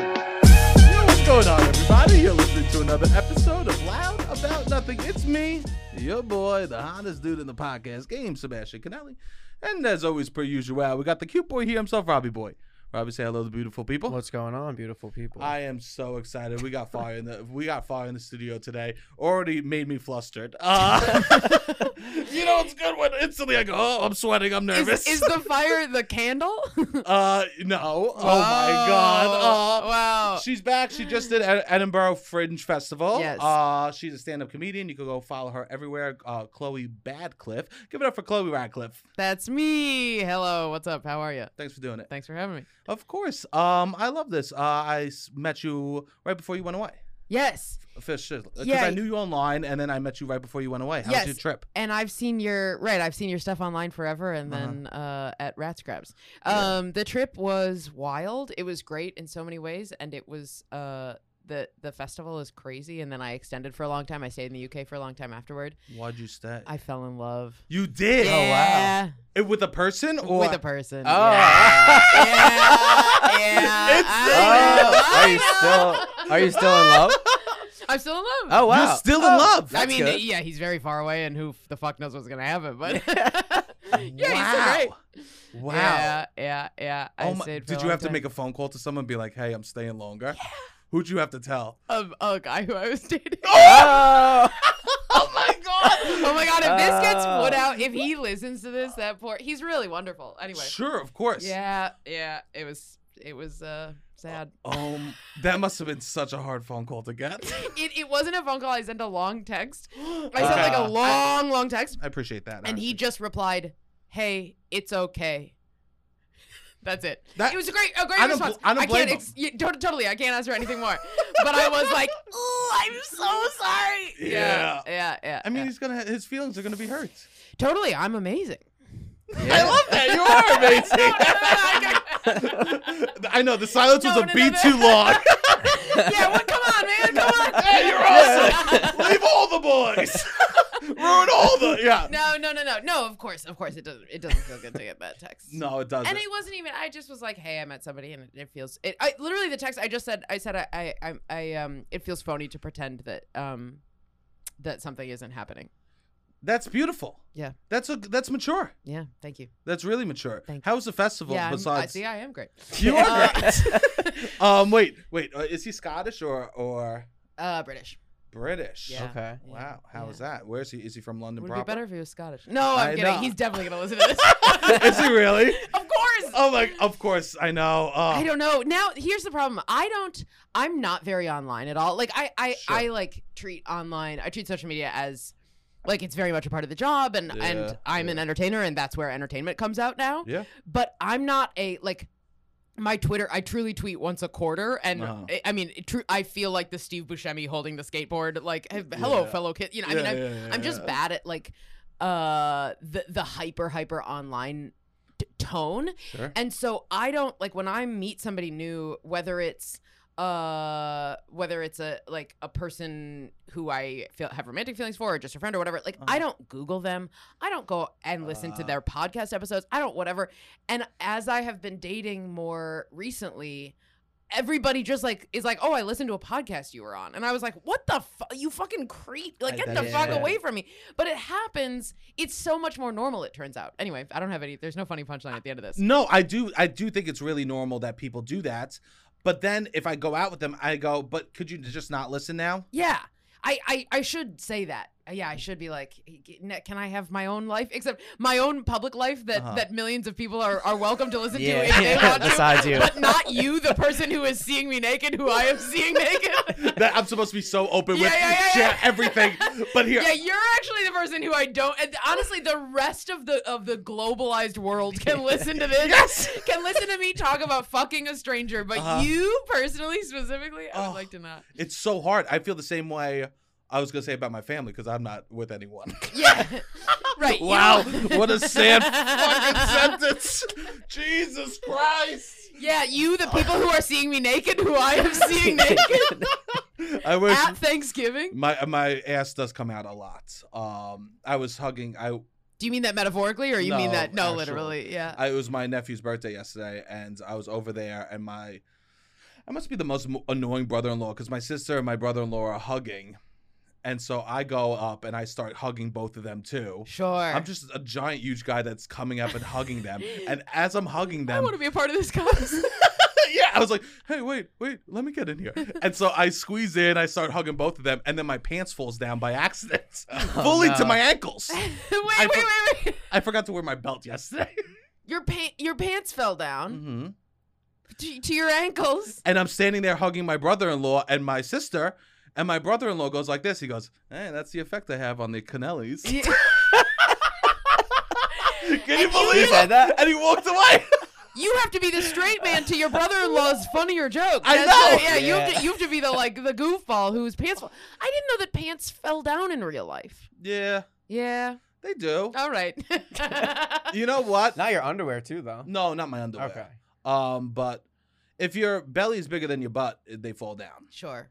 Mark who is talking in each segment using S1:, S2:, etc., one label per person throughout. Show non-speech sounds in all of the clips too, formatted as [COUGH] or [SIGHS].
S1: What's going on, everybody? You're listening to another episode of Loud About Nothing. It's me, your boy, the hottest dude in the podcast game, Sebastian Canelli. And as always, per usual, we got the cute boy here himself, Robbie Boy. Robbie, say hello to the beautiful people.
S2: What's going on, beautiful people?
S1: I am so excited. We got fire in the we got fire in the studio today. Already made me flustered. Uh, [LAUGHS] you know it's good when instantly I go, oh, I'm sweating, I'm nervous.
S3: Is [LAUGHS] the fire the candle?
S1: [LAUGHS]
S3: [LAUGHS]
S1: uh, no. Oh my god. Uh,
S3: Oh, wow.
S1: She's back. She just did Ed- Edinburgh Fringe Festival.
S3: Yes.
S1: Uh, she's a stand-up comedian. You can go follow her everywhere. Uh, Chloe Badcliffe. Give it up for Chloe Radcliffe.
S3: That's me. Hello. What's up? How are you?
S1: Thanks for doing it.
S3: Thanks for having me.
S1: Of course. Um, I love this. Uh, I s- met you right before you went away.
S3: Yes.
S1: Because
S3: Yeah.
S1: I knew you online, and then I met you right before you went away. How
S3: Yes.
S1: was your trip?
S3: And I've seen your right. I've seen your stuff online forever, and then uh, at Rat Scraps. Um, The trip was wild. It was great in so many ways, and it was uh, the the festival is crazy. And then I extended for a long time. I stayed in the UK for a long time afterward.
S1: Why'd you stay?
S3: I fell in love.
S1: you
S3: Oh,
S1: did. Oh,
S3: yeah,
S1: It, with a person or
S3: with a person.
S2: Oh.
S3: yeah, yeah. yeah.
S1: [LAUGHS] It's
S3: I
S1: so-
S3: know, I
S1: Oh.
S2: are you still are
S3: know.
S2: you still
S3: [LAUGHS]
S2: in love?
S3: I'm still in love.
S2: Oh wow,
S1: You're still in
S2: Oh,
S1: love.
S2: that's
S3: I mean,
S2: good.
S3: yeah, he's very far away, and who f- the fuck knows what's gonna happen? But
S1: [LAUGHS]
S3: [LAUGHS] yeah, he's
S1: Wow.
S3: still great.
S1: Wow.
S3: Yeah, yeah, yeah. I
S1: Oh my-
S3: stayed for a
S1: did you
S3: long
S1: have to
S3: time.
S1: make a phone call to someone and be like, "Hey, I'm staying longer"? Who'd you have to tell?
S3: Um, a guy who I
S1: [LAUGHS]
S3: was dating?
S2: Oh,
S3: Oh my god! oh my god! If this gets
S1: Uh,
S3: put
S2: Oh.
S3: out, if he listens to this, that poor, he's really wonderful. Anyway,
S1: Sure, of course.
S3: yeah, yeah. It was, it was uh, sad.
S1: Um, that must have been such a hard phone call to get.
S3: It, it wasn't a phone call. I sent a long text. [LAUGHS] I sent like
S1: Okay.
S3: a long, long text.
S1: Uh, I appreciate that.
S3: And he
S1: honestly.
S3: just replied, "Hey, it's okay." [LAUGHS] That's it.
S1: That-
S3: it was a great, a great
S1: I don't bl-
S3: response.
S1: I don't blame
S3: can't ex- you- to- totally. I can't answer anything more. but I was like, [LAUGHS] "Ooh, I'm so sorry." yeah, yeah. yeah,
S1: I mean,
S3: yeah.
S1: he's gonna. His feelings are gonna be hurt. [LAUGHS]
S3: totally. I'm amazing.
S1: I love
S3: [LAUGHS]
S1: that.
S3: No, no, no,
S1: You
S3: no,
S1: are amazing. I know the silence was
S3: No,
S1: a
S3: no, no,
S1: beat
S3: no.
S1: too
S3: [LAUGHS]
S1: long. [LAUGHS]
S3: I got- yeah, well, come on, man, come on.
S1: hey, you're awesome. Leave all the boys. [LAUGHS] Ruin all the. Yeah.
S3: [LAUGHS] No, no, no, no, no. Of course, of course, it doesn't. It doesn't feel good to get that text.
S1: No, it doesn't.
S3: And it wasn't even. I just was like, "Hey, I met somebody," and it, it feels. It. I literally the text I just said. I said I, I. I. I. Um. It feels phony to pretend that. Um. That something isn't happening.
S1: that's beautiful.
S3: Yeah.
S1: That's a. That's mature.
S3: Yeah. Thank you.
S1: That's really mature.
S3: Thank
S1: How was the festival
S3: yeah. I'm- I
S1: besides?
S3: see. I am great.
S1: [LAUGHS] You are
S3: Uh,
S1: great. um, wait, wait. Uh, is he Scottish or or
S3: Uh. [LAUGHS] British.
S1: British?
S3: Yeah.
S2: Okay.
S3: Yeah.
S1: Wow. How is
S3: Yeah.
S1: that? Where is he? Is he from London?
S3: Would it be
S1: proper?
S3: better if he was Scottish. No, I'm
S1: I
S3: kidding.
S1: know.
S3: He's definitely
S1: [LAUGHS]
S3: gonna listen to this.
S1: is he really?
S3: [LAUGHS] of course.
S1: Oh my! Of course, I know. Oh.
S3: I don't know. Now here's the problem. I don't I'm not very online at all. Like I I,
S1: Sure.
S3: I like treat online I treat social media as like it's very much a part of the job and
S1: Yeah,
S3: and I'm an entertainer and that's where entertainment comes out now.
S1: [LAUGHS] Yeah.
S3: But I'm not a like my Twitter, I truly tweet once a quarter, and
S1: Uh-huh.
S3: I, I mean, it tru- I feel like the Steve Buscemi holding the skateboard, like, "Hey, hello,
S1: Yeah.
S3: fellow kid. You know, I
S1: Yeah,
S3: mean, I'm,
S1: yeah, yeah,
S3: I'm just
S1: yeah.
S3: bad at like uh the the hyper hyper online t- tone,
S1: Sure.
S3: and so I don't like when I meet somebody new, whether it's uh whether it's a like a person who I feel have romantic feelings for or just a friend or whatever, like I don't Google them. I don't go and listen to
S1: Uh-huh. Uh.
S3: their podcast episodes. I don't whatever. And as I have been dating more recently, everybody just like is like, "Oh, I listened to a podcast you were on," and I was like, "What the fu- you fucking creep! Like,
S1: I-
S3: get the
S1: that's-
S3: fuck
S2: yeah.
S3: away from me!" But it happens. It's so much more normal. It turns out. Anyway, I don't have any. There's no funny punchline at the end of this.
S1: No, I do. I do think it's really normal that people do that. But then if I go out with them, I go, but could you just not listen now? [LAUGHS]
S3: Yeah, I, I, I should say that. Uh, Yeah, I should be like, "Hey, g- ne- can I have my own life, except my own public life that,
S1: Uh-huh.
S3: that millions of people are, are welcome to listen
S2: Yeah,
S3: to if they
S2: yeah,
S3: want to,
S2: besides you.
S3: but not you, the person who is seeing me naked, who I am seeing
S2: [LAUGHS]
S3: naked.
S1: That I'm supposed to be so open
S3: Yeah,
S1: with,
S3: yeah, yeah,
S1: share
S3: yeah.
S1: everything. But here,
S3: [LAUGHS] yeah, you're actually the person who I don't. And honestly, the rest of the of the globalized world
S1: [LAUGHS]
S3: can listen to this.
S1: Yes.
S3: can listen to me talk about fucking a stranger, but
S1: Uh-huh.
S3: you personally, specifically, I would
S1: Oh.
S3: like to
S1: [LAUGHS]
S3: not.
S1: it's so hard. I feel the same way. I was gonna say about my family because I'm not with
S3: [LAUGHS]
S1: anyone. [LAUGHS]
S3: Yeah, right. you
S1: wow,
S3: don't-
S1: what a
S3: [LAUGHS]
S1: sad fucking sentence! [LAUGHS] Jesus Christ!
S3: Yeah, you, the people who are seeing me naked, who
S1: [LAUGHS]
S3: I am seeing naked
S1: I wish
S3: at Thanksgiving.
S1: my my ass does come out a lot. Um, I was hugging. I
S3: Do you mean that metaphorically, or you mean
S1: No,
S3: that no,
S1: actually.
S3: literally? Yeah.
S1: I, it was my nephew's birthday yesterday, and I was over there, and my I must be the most mo- annoying brother-in-law because my sister and my brother-in-law are hugging, and so I go up and I start hugging both of them too.
S3: sure.
S1: I'm just a giant, huge guy that's coming up and hugging
S3: [LAUGHS]
S1: them, and as I'm hugging
S3: I
S1: them,
S3: want to be a part of this cause.
S1: [LAUGHS] yeah, I was like, hey, wait, wait, let me get in
S3: [LAUGHS]
S1: here, and so I squeeze in, I start hugging both of them, and then my pants falls down by accident,
S3: Oh,
S1: fully to
S2: no.
S1: my
S3: [LAUGHS]
S1: ankles.
S3: wait,
S1: I
S3: [LAUGHS] wait,
S1: for-
S3: wait, wait.
S1: I forgot to wear my belt yesterday. [LAUGHS]
S3: Your pant, your pants fell down
S1: mm-hmm.
S3: to, to your ankles.
S1: and I'm standing there hugging my brother-in-law and my sister, and my brother-in-law goes like this. He goes, "Hey, that's the effect I have on the Canellis."
S3: Yeah.
S1: Can you
S2: He
S1: believe
S2: said
S1: it?
S2: that.
S1: And he walked away.
S3: [LAUGHS]
S1: [LAUGHS]
S3: You have to be the straight man to your brother-in-law's funnier joke.
S1: I
S3: That's
S1: know.
S3: The, yeah, You, have
S2: Yeah.
S3: to, you have to be the like the goofball whose pants. Fall. I didn't know that pants fell down in real life.
S1: yeah,
S3: Yeah. Oh.
S1: they do.
S3: All right. [LAUGHS]
S1: You know what?
S2: Not your underwear too, though.
S1: No, not my underwear.
S2: Okay.
S1: Um, but if your belly is bigger than your butt, eh, they fall down.
S3: sure.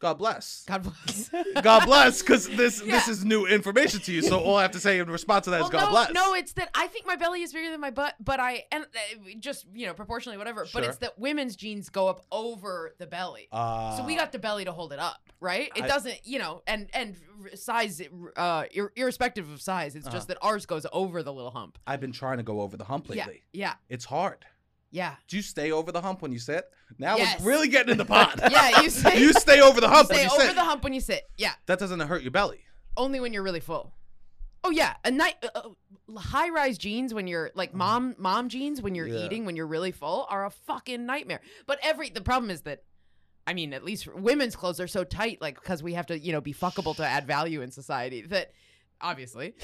S1: God bless.
S3: God bless.
S1: [LAUGHS] God bless, because this this
S3: Yeah.
S1: is new information to you. So all I have to say in response to that is
S3: no,
S1: God bless.
S3: no, it's that I think my belly is bigger than my butt, but I and uh, just you know proportionally whatever.
S1: Sure.
S3: But it's that women's jeans go up over the belly,
S1: Uh,
S3: so we got the belly to hold it up, right? It
S1: I-
S3: doesn't, you know, and and r- size, uh, ir- irrespective of size,
S1: Uh-huh.
S3: it's just that ours goes over the little hump.
S1: I've been trying to go over the hump
S3: Yeah,
S1: lately.
S3: yeah,
S1: It's hard. [LAUGHS]
S3: yeah,
S1: Do you stay over the hump when you sit? Now
S3: Yes.
S1: we're really getting in the pod.
S3: [LAUGHS] yeah. You
S1: [LAUGHS]
S3: say
S1: you stay over the hump
S3: stay
S1: when you
S3: over
S1: sit.
S3: the hump when you sit. Yeah,
S1: That doesn't hurt your
S3: [LAUGHS]
S1: belly. [LAUGHS]
S3: only when you're really full. Oh yeah, a night uh, uh, high rise jeans when you're like mom mom jeans when you're
S1: Mm. Yeah.
S3: eating when you're really full are a fucking nightmare. But every the problem is that I mean at least women's clothes are so tight like because we have to you know be fuckable to add value in society that obviously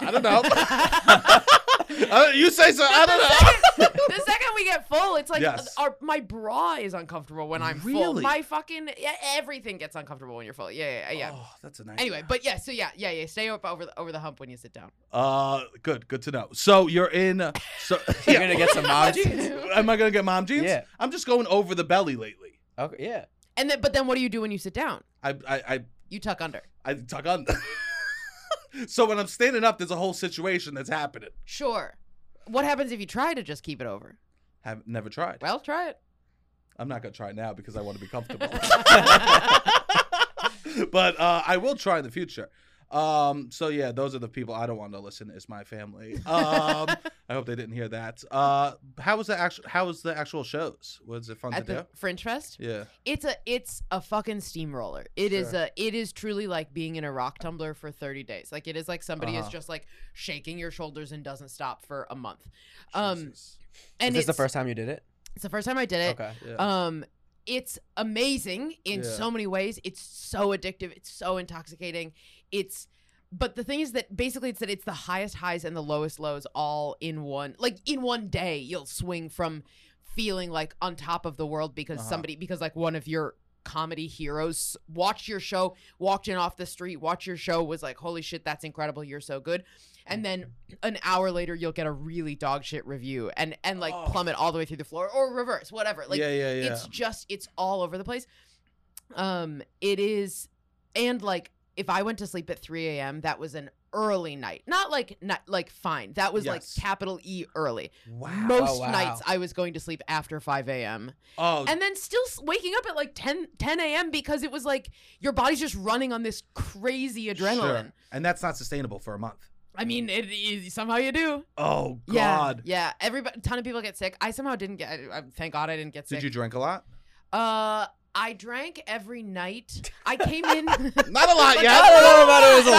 S1: I don't know.
S3: [LAUGHS]
S1: [LAUGHS] Uh, you say so. I don't know. [LAUGHS]
S3: the second we get full, it's like
S1: Yes.
S3: our, my bra is uncomfortable when I'm full.
S1: Really?
S3: My fucking yeah, everything gets uncomfortable when you're full. Yeah, yeah, [LAUGHS] yeah.
S1: Oh, that's a nice.
S3: Anyway, but yeah, so yeah, yeah, yeah. Stay up over the, over the hump when you sit down.
S1: uh, good, good to know. So you're in. uh, So
S3: [LAUGHS]
S1: [LAUGHS]
S2: You're
S1: yeah.
S2: gonna get some mom
S3: What'd you
S2: jeans.
S3: do?
S1: Am I gonna get mom jeans?
S2: Yeah.
S1: I'm just going over the belly lately.
S2: Okay. Yeah.
S3: And then, but then, what do you do when you sit down?
S1: I I I,
S3: You tuck under.
S1: I tuck on.
S3: [LAUGHS]
S1: so when I'm standing up, there's a whole situation that's happening.
S3: Sure. What happens if you try to just keep it over?
S1: Have never tried.
S3: Well, try
S1: [LAUGHS]
S3: it.
S1: I'm not gonna try now because I want to be comfortable.
S3: [LAUGHS]
S1: [LAUGHS] but uh, I will try in the future. Um, so yeah, those are the people I don't want to listen. Is my family.
S3: [LAUGHS]
S1: Um, I hope they didn't hear that. Uh, how was the actual? How was the actual shows? Was it fun
S3: At
S1: to
S3: the Fringe Fest,
S1: do? Yeah.
S3: it's a it's a fucking steamroller. It is
S1: Sure.
S3: a it is truly like being in a rock tumbler for 30 days. Like it is like somebody
S1: Uh-huh.
S3: is just like shaking your shoulders and doesn't stop for a month. Um,
S1: Jesus.
S3: and
S2: is this the
S3: it's-
S2: first time you did it?
S3: It's the first time I did it.
S2: Okay.
S1: Yeah.
S3: Um, it's amazing in
S1: Yeah.
S3: so many ways. It's so addictive. It's so intoxicating. It's, but the thing is that basically it's that it's the highest highs and the lowest lows all in one, like in one day. You'll swing from feeling like on top of the world because
S1: Uh-huh.
S3: somebody because like one of your comedy heroes watched your show walked in off the street watched your show was like holy shit that's incredible you're so good and then an hour later you'll get a really dog shit review and and like
S1: Oh.
S3: plummet all the way through the floor or reverse whatever like
S1: yeah, yeah, yeah.
S3: it's just it's all over the place um it is and like if i went to sleep at 3 a.m that was an early night. Not like not like fine. That was
S1: Yes.
S3: like capital E early.
S1: Wow.
S3: Most
S2: wow.
S3: nights I was going to sleep after 5 a.m.
S1: Oh,
S3: And then still s- waking up at like 10 10 a.m. because it was like your body's just running on this crazy adrenaline.
S1: Sure. And that's not sustainable for a month.
S3: I mean, it, it, somehow you do.
S1: Oh
S3: Yeah,
S1: God.
S3: Yeah, everybody, ton of people get sick. I somehow didn't get. I, I- thank God I didn't get sick.
S1: Did you drink a
S3: [LAUGHS]
S1: lot?
S3: Uh, I drank every night. I came
S1: [LAUGHS]
S3: in.
S1: Not a lot yet.
S2: I don't know about it was a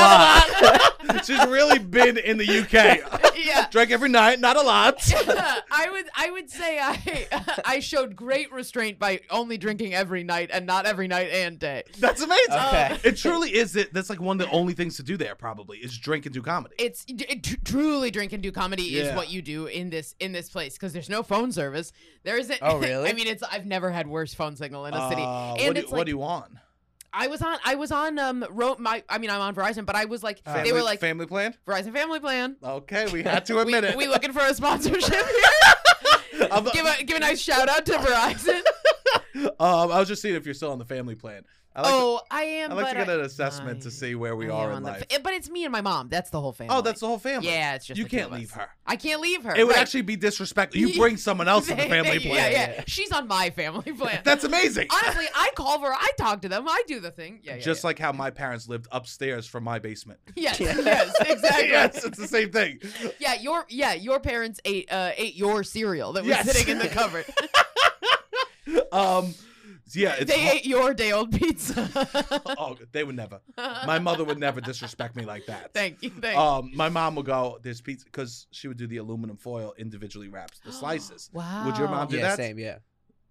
S1: [LAUGHS]
S2: lot.
S1: She's really been in
S3: [LAUGHS]
S1: the UK.
S3: yeah.
S1: Drank every night, not a
S3: [LAUGHS]
S1: lot.
S3: I would I would say I I [LAUGHS] showed great restraint by only drinking every night and not every night and day.
S1: That's amazing. Uh,
S2: Okay.
S1: It truly is. It. That's like one of the only things to do there probably is drink and do comedy.
S3: It's it, tr- truly drink and do comedy
S1: Yeah.
S3: is what you do in this in this place because there's no phone service. There isn't.
S2: Oh, really?
S3: [LAUGHS] I mean, it's I've never had worse phone signal in a city.
S1: Uh,
S3: and
S1: what, do,
S3: it's
S1: what
S3: like-
S1: do you want?
S3: I was on I was on um Ro- my I mean I'm on Verizon, but I was like
S1: Family,
S3: they were like
S1: family plan.
S3: Verizon Family Plan.
S1: Okay, we
S3: [LAUGHS]
S1: had to admit it.
S3: We, we looking for
S1: [LAUGHS]
S3: a sponsorship here.
S1: I'm-
S3: give a give a nice shout out to
S1: [LAUGHS]
S3: Verizon.
S1: um, I was just seeing if you're still on the family plan. I like,
S3: oh, I
S1: to,
S3: am.
S1: I like to
S3: but
S1: get an assessment to
S3: I-
S1: see where we
S3: I
S1: are
S3: am
S1: in
S3: on the- eh,
S1: life.
S3: but it's me and my mom. That's the whole family.
S1: oh, that's the whole family.
S3: Yeah, it's just
S1: you
S3: the two
S1: can't
S3: of us.
S1: leave her.
S3: I can't leave her.
S1: It would
S3: right.
S1: actually be disrespectful. You bring someone else in the
S3: They-
S1: family
S3: they-
S1: plan.
S3: [LAUGHS] Yeah, yeah, She's on
S1: [LAUGHS]
S3: my family plan.
S1: That's amazing.
S3: Honestly, I call her. I talk to them. I do the thing. Yeah, yeah.
S1: just like how my parents lived upstairs from my
S3: [LAUGHS]
S1: basement. [LAUGHS]
S3: yeah. yes, yes, exactly.
S1: yes, it's the same thing.
S3: Yeah, your yeah, your parents ate uh, ate your cereal that was
S1: Yes.
S3: sitting in the cupboard.
S1: Um, yeah, [LAUGHS] it's
S3: they
S1: hard-
S3: ate your day old pizza. [LAUGHS]
S1: [LAUGHS] oh, they would never. My mother would never disrespect me like that.
S3: thank you, thank you.
S1: Um, my mom would go, "There's pizza," because she would do the aluminum foil individually wraps
S3: [GASPS]
S1: the slices.
S3: wow.
S1: Would your mom do
S2: yeah,
S1: that? [LAUGHS]
S2: same. Yeah.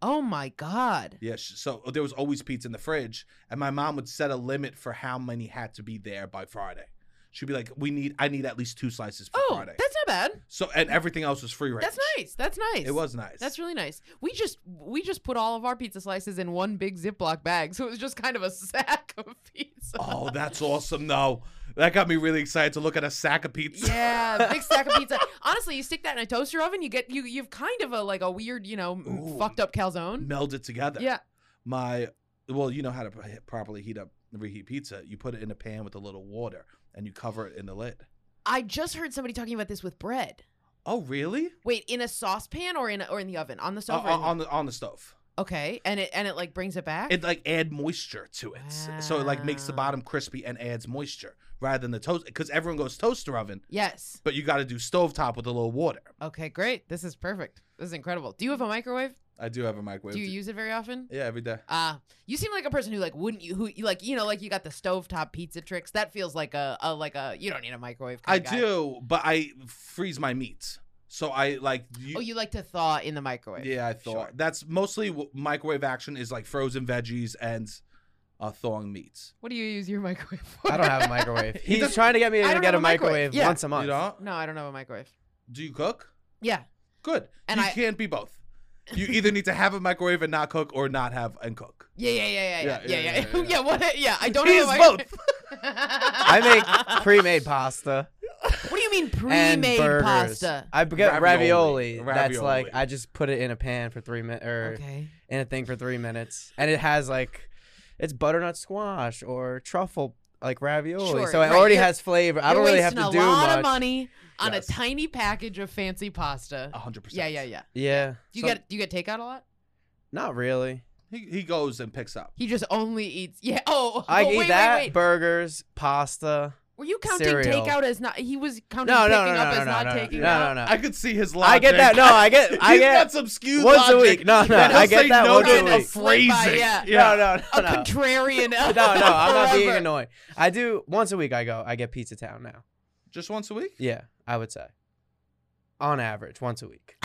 S3: Oh my god.
S1: Yeah, sh- so oh, there was always pizza in the fridge, and my mom would set a limit for how many had to be there by Friday. She'd be like, "We need, I need at least two slices for
S3: Oh,
S1: Friday."
S3: that's not bad.
S1: So, and everything else was free range.
S3: That's nice. That's nice.
S1: It was nice.
S3: That's really nice. We just we just put all of our pizza slices in one big Ziploc bag, so it was just kind of a [LAUGHS] sack of pizza.
S1: Oh, that's awesome, though. That got me really excited to look at a sack of pizza.
S3: [LAUGHS] Yeah, big stack of
S1: [LAUGHS]
S3: pizza. Honestly, you stick that in a toaster oven, you get you you've kind of a like a weird, you know, m-
S1: Ooh.
S3: fucked up calzone.
S1: Meld it together.
S3: Yeah.
S1: My, well, you know how to p- properly heat up, reheat pizza. You put it in a pan with a little water and you cover it in the lid.
S3: I just heard somebody talking about this with bread.
S1: Oh, really?
S3: Wait, in a saucepan or in a, or in the oven? On the
S1: O-
S3: stove? or
S1: o-
S3: in the-
S1: Uh, on the on the stove.
S3: okay, and it and it like brings it back.
S1: It like add moisture to it, S- so it like makes the
S3: Wow.
S1: bottom crispy and adds moisture rather than the toast. Because everyone goes toaster oven,
S3: yes.
S1: but you got to do stovetop with a little water.
S3: Okay, great. This is perfect. This is incredible. Do you have a microwave?
S1: I do have a microwave.
S3: Do you use it very often?
S1: Yeah, every day.
S3: Uh, you seem like a person who like wouldn't you who you like you know like you got the stovetop pizza tricks. That feels like a, a like a you don't need a microwave.
S1: I
S3: Kind of guy.
S1: do, but I freeze my meat. So I like. You,
S3: Oh, you like to thaw in the microwave.
S1: Yeah, I thought
S3: Sure.
S1: that's mostly w- microwave action is like frozen veggies and uh, thawing meats.
S3: What do you use your microwave for?
S2: I don't have a microwave.
S1: He
S2: He's
S1: doesn't-
S2: trying to get me
S3: I
S2: to
S3: don't
S2: get
S3: have
S2: a
S3: a microwave.
S2: microwave
S3: Yeah.
S2: once a month.
S1: You don't?
S3: [LAUGHS] No, I don't have a microwave.
S1: Do you cook?
S3: Yeah.
S1: Good.
S3: And
S1: you
S3: I-
S1: can't be both. You either need to have a microwave and not cook, or not have and cook.
S2: [LAUGHS]
S3: Yeah, yeah, yeah, yeah, yeah, yeah, yeah. [LAUGHS] Yeah,
S1: yeah, yeah.
S3: what, yeah I don't
S1: He
S3: have a
S1: is
S3: microwave.
S1: [LAUGHS] both.
S3: [LAUGHS]
S2: I make pre-made pasta
S3: What do you mean
S2: and
S3: pre-made
S2: burgers.
S3: pasta?
S2: I get
S1: Ravioli.
S2: ravioli. That's like
S1: Ravioli.
S2: I just put it in a pan for three minutes, or
S3: Okay.
S2: in a thing for three minutes, and it has like it's butternut squash or truffle like ravioli,
S3: Sure,
S2: so it
S3: right,
S2: already
S3: you're-
S2: has flavor. I don't really have to
S3: You're
S2: do
S3: wasting a lot
S2: much.
S3: of money on
S1: Yes.
S3: a tiny package of fancy pasta.
S1: A hundred percent.
S3: yeah, yeah, yeah.
S2: Yeah,
S3: Do you
S1: So-
S3: get do you get takeout a lot?
S2: not really.
S1: He, he goes and picks up.
S3: He just only eats. Yeah. Oh. [LAUGHS]
S2: I
S3: oh,
S2: eat
S3: wait,
S2: that
S3: Wait, wait.
S2: burgers, pasta.
S3: Were you counting
S2: cereal.
S3: takeout as not? He was counting
S2: No, no,
S3: picking
S2: no,
S3: up
S2: no, no,
S3: as
S2: no,
S3: not
S2: no, no,
S3: taking out.
S2: no, no.
S1: I could see his logic.
S2: I get that. No, I get.
S1: [LAUGHS]
S2: I
S1: He's
S2: get.
S1: got some skewed
S2: once a
S1: logic
S2: week. No, no,
S1: that
S2: I
S1: he'll
S2: get
S1: say
S2: that
S1: no
S2: once
S1: to
S2: a
S1: the
S2: week.
S3: Slip by,
S1: phrasing.
S3: yeah.
S2: No, no, no,
S3: A
S2: no.
S3: contrarian.
S2: no, no, I'm not being
S3: forever.
S2: annoying. I do once a week. I go. I get Pizza Town now.
S1: [LAUGHS] Just once a week.
S2: Yeah, I would say, on average, once a week.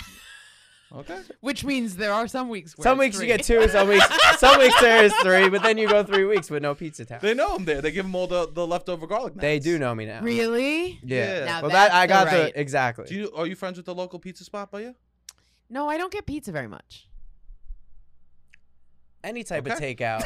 S1: Okay.
S3: Which means there are some weeks. Where
S2: some
S3: it's
S2: weeks
S3: three.
S2: you get two. Some weeks, some weeks there is three. But then you go three weeks with no Pizza Town.
S1: They know him there. They give him all the, the leftover garlic.
S2: They
S1: knots.
S2: do know me now.
S3: Really?
S2: Yeah.
S1: Yeah.
S3: Now
S2: Well, that I
S3: that's
S2: got
S3: the right-
S2: the exactly.
S1: Do you? Are you friends with the local pizza spot? By you?
S3: No, I don't get pizza very much.
S2: Any type
S1: Okay. [LAUGHS]
S2: of takeout.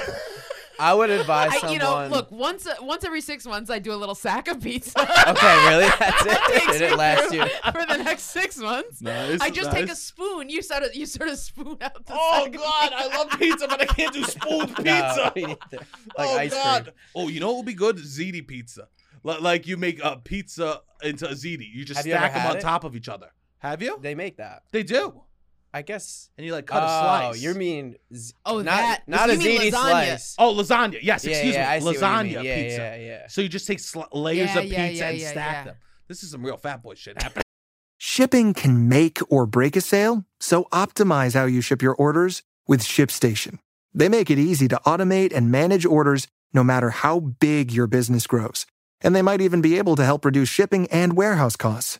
S2: I would advise
S3: I,
S2: someone.
S3: you know, look once a, once every six months, I do a little sack of pizza.
S2: [LAUGHS]
S3: [LAUGHS]
S2: Okay, really? That's it.
S3: That takes
S2: Did it
S3: me
S2: last
S3: through [LAUGHS]
S2: year?
S3: for the next six months.
S1: Nice,
S3: I just take a
S1: nice.
S3: spoon. You sort of you sort of spoon out the.
S1: Oh
S3: sack of
S1: God, I
S3: [LAUGHS]
S1: love pizza, but I can't do spoon
S2: [LAUGHS] No,
S1: pizza. [LAUGHS]
S2: me neither. like
S1: oh
S2: ice
S1: God.
S2: cream.
S1: Oh, you know what would be good? Ziti pizza. Li- like you make a pizza into a ziti. You just
S2: Have you ever
S1: stack them
S2: had
S1: on
S2: it?
S1: top of each other. Have you?
S2: They make that.
S1: They do.
S2: I guess.
S1: And you like cut
S2: oh,
S1: a slice.
S2: you mean z-
S3: Oh,
S2: not,
S3: that.
S2: not a
S3: You mean
S2: ziti
S3: lasagna.
S2: slice.
S1: Oh, lasagna. Yes,
S2: Yeah,
S1: excuse
S2: yeah, I see
S1: me.
S2: what you mean.
S1: Lasagna
S2: yeah,
S1: pizza.
S2: Yeah, yeah.
S1: So you just take sli- layers
S3: Yeah,
S1: of
S3: yeah,
S1: pizza
S3: yeah,
S1: and
S3: yeah,
S1: stack
S3: yeah.
S1: them. This is some real fat boy shit
S2: [LAUGHS]
S1: happening.
S4: Shipping can make or break a sale, so optimize how you ship your orders with ShipStation. They make it easy to automate and manage orders no matter how big your business grows. And they might even be able to help reduce shipping and warehouse costs.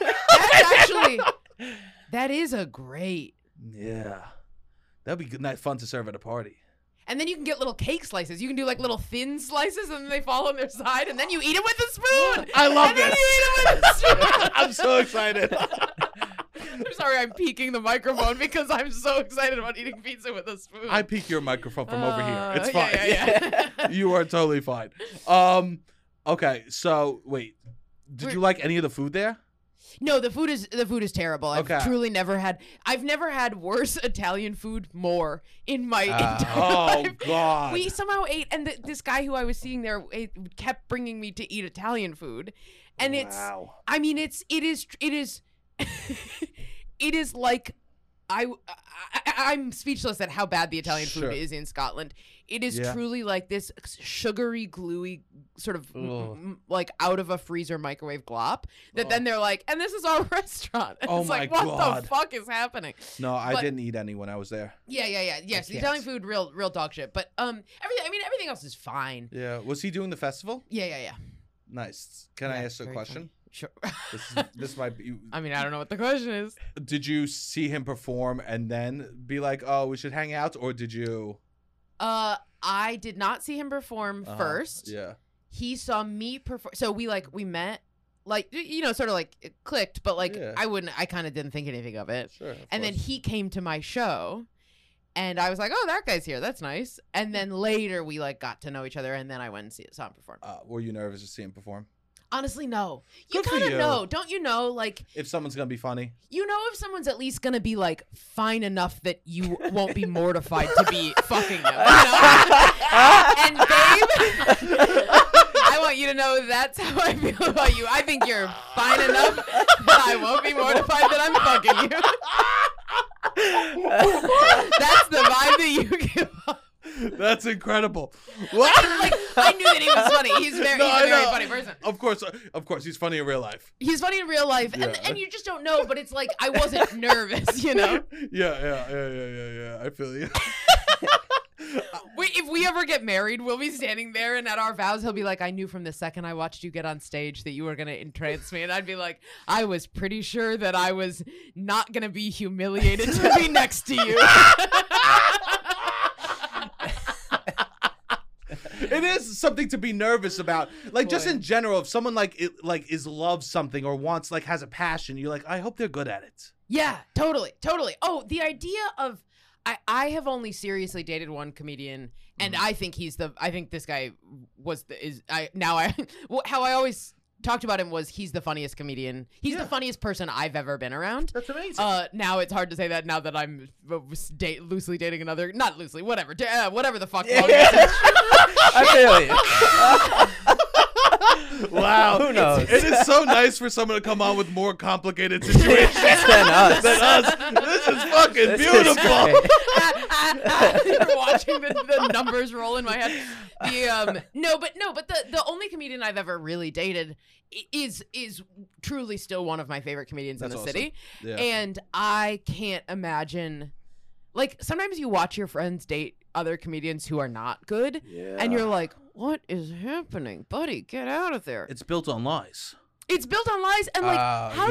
S3: That's actually that is a great.
S1: Yeah. That'd be good night fun to serve at a party.
S3: And then you can get little cake slices. You can do like little thin slices, and then they fall on their side, and then you eat it with a spoon.
S1: [GASPS] I love
S3: and then
S1: this.
S3: you eat it with a
S1: [LAUGHS]
S3: spoon.
S1: I'm so excited.
S3: I'm sorry, I'm peeking the microphone because I'm so excited about eating pizza with a spoon.
S1: [LAUGHS] I peek your microphone from over
S3: Uh,
S1: here. It's
S3: yeah,
S1: fine.
S3: yeah,
S1: [LAUGHS]
S3: yeah.
S1: you are totally fine. Um, okay, so wait, did
S3: We're-
S1: you like any of the food
S3: [LAUGHS]
S1: there?
S3: No, the food is the food is terrible. I've
S1: Okay.
S3: truly never had. I've never had worse [LAUGHS] Italian food more in my
S2: Uh,
S3: entire
S1: Oh
S3: life.
S1: God!
S3: We somehow ate, and th this guy who I was seeing there it kept bringing me to eat Italian food, and it's.
S1: wow.
S3: I mean, it's it is it is, [LAUGHS] it is like. I, I am speechless at how bad the Italian
S1: Sure.
S3: food is in Scotland. It is
S1: Yeah.
S3: truly like this sugary, gluey sort of m-
S2: Ugh.
S3: m- like out of a freezer microwave glop. That then they're like, and this is our [LAUGHS] restaurant. And
S1: Oh
S3: it's like,
S1: my
S3: what
S1: God.
S3: the fuck is happening?
S1: No, I
S3: But-
S1: didn't eat any when I was there.
S3: Yeah, yeah, yeah. Yes, the
S1: can't.
S3: Italian food, real, real dog shit. But um, everything. I mean, everything else is fine.
S1: Yeah, was he doing the festival?
S3: Yeah, yeah, yeah.
S1: Nice. Can I
S3: Yeah,
S1: ask you a
S3: very
S1: question?
S3: funny. Sure. [LAUGHS]
S1: This, is, this might be.
S3: I mean, I don't know what the question is.
S1: Did you see him perform and then be like, "Oh, we should hang out," or did you?
S3: Uh, I did not see him perform
S1: Uh-huh,
S3: first.
S1: Yeah.
S3: He saw me perform. So we like we met, like y- you know, sort of like it clicked, but like
S1: Yeah.
S3: I wouldn't. I kind of didn't think anything of it.
S1: Sure. of
S3: and then
S1: course.
S3: he came to my show, and I was like, oh, that guy's here. That's nice. And then later we like got to know each other, and then I went and see, saw him perform.
S1: Uh, were you nervous to see him perform?
S3: Honestly, no. You
S1: Good for
S3: kind of
S1: you.
S3: know, don't you know? Like
S1: If someone's gonna be funny,
S3: you know if someone's at least gonna be like fine enough that you won't be mortified to
S1: [LAUGHS]
S3: be fucking them. You know? and babe, I want you to know that's how I feel about you. I think you're fine enough that I won't be mortified that I'm fucking you. that's the vibe that you give off.
S1: [LAUGHS] that's incredible.
S3: [LAUGHS]
S1: What?
S3: Like I knew that he was funny. He's very,
S1: No,
S3: he's
S1: I
S3: a very
S1: know.
S3: funny person.
S1: Of course, uh, of course, he's funny in real life.
S3: He's funny in real life, and,
S1: Yeah.
S3: and you just don't know. But it's like I wasn't nervous, you know.
S1: Yeah, yeah, yeah, yeah, yeah, yeah. I feel you. [LAUGHS]
S3: We, if we ever get married, we'll be standing there, and at our vows, he'll be like, "I knew from the second I watched you get on stage that you were gonna entrance me," and I'd be like, "I was pretty sure that I was not gonna be humiliated to be next to you."
S1: it is something to be nervous about. Like just
S3: Boy.
S1: in general, if someone like it, like is loves something or wants like has a passion, you're like, I hope they're good at it.
S3: yeah, totally, totally. Oh, the idea of I, I have only seriously dated one comedian, and I think he's the. I think this guy was the is I now I [LAUGHS] wh- how I always talked about him was he's the funniest comedian. He's the funniest person I've ever been around.
S1: That's amazing.
S3: Uh, now it's hard to say that now that I'm uh, s- date, loosely dating another, not loosely, whatever, da- uh, whatever the fuck. long [LAUGHS] distance-
S2: I feel you.
S1: [LAUGHS] wow.
S2: [LAUGHS] Who knows?
S1: It is so nice for someone to come on with more
S3: [LAUGHS]
S1: complicated situations
S2: Than us.
S1: than us. This is fucking
S2: This is
S1: beautiful. [LAUGHS]
S2: great.
S3: You're watching the, the numbers roll in my head. The um, no, but no, but the the only comedian I've ever really dated i- is is truly still one of my favorite comedians in
S1: That's
S3: the
S1: awesome.
S3: city,
S1: Yeah.
S3: and I can't imagine. Like sometimes you watch your friends date other comedians who are not good, and you're like, "What is happening, buddy? Get out of there!"
S1: It's built on lies.
S3: It's built on lies, and like,
S2: Oh,
S1: yeah.
S3: how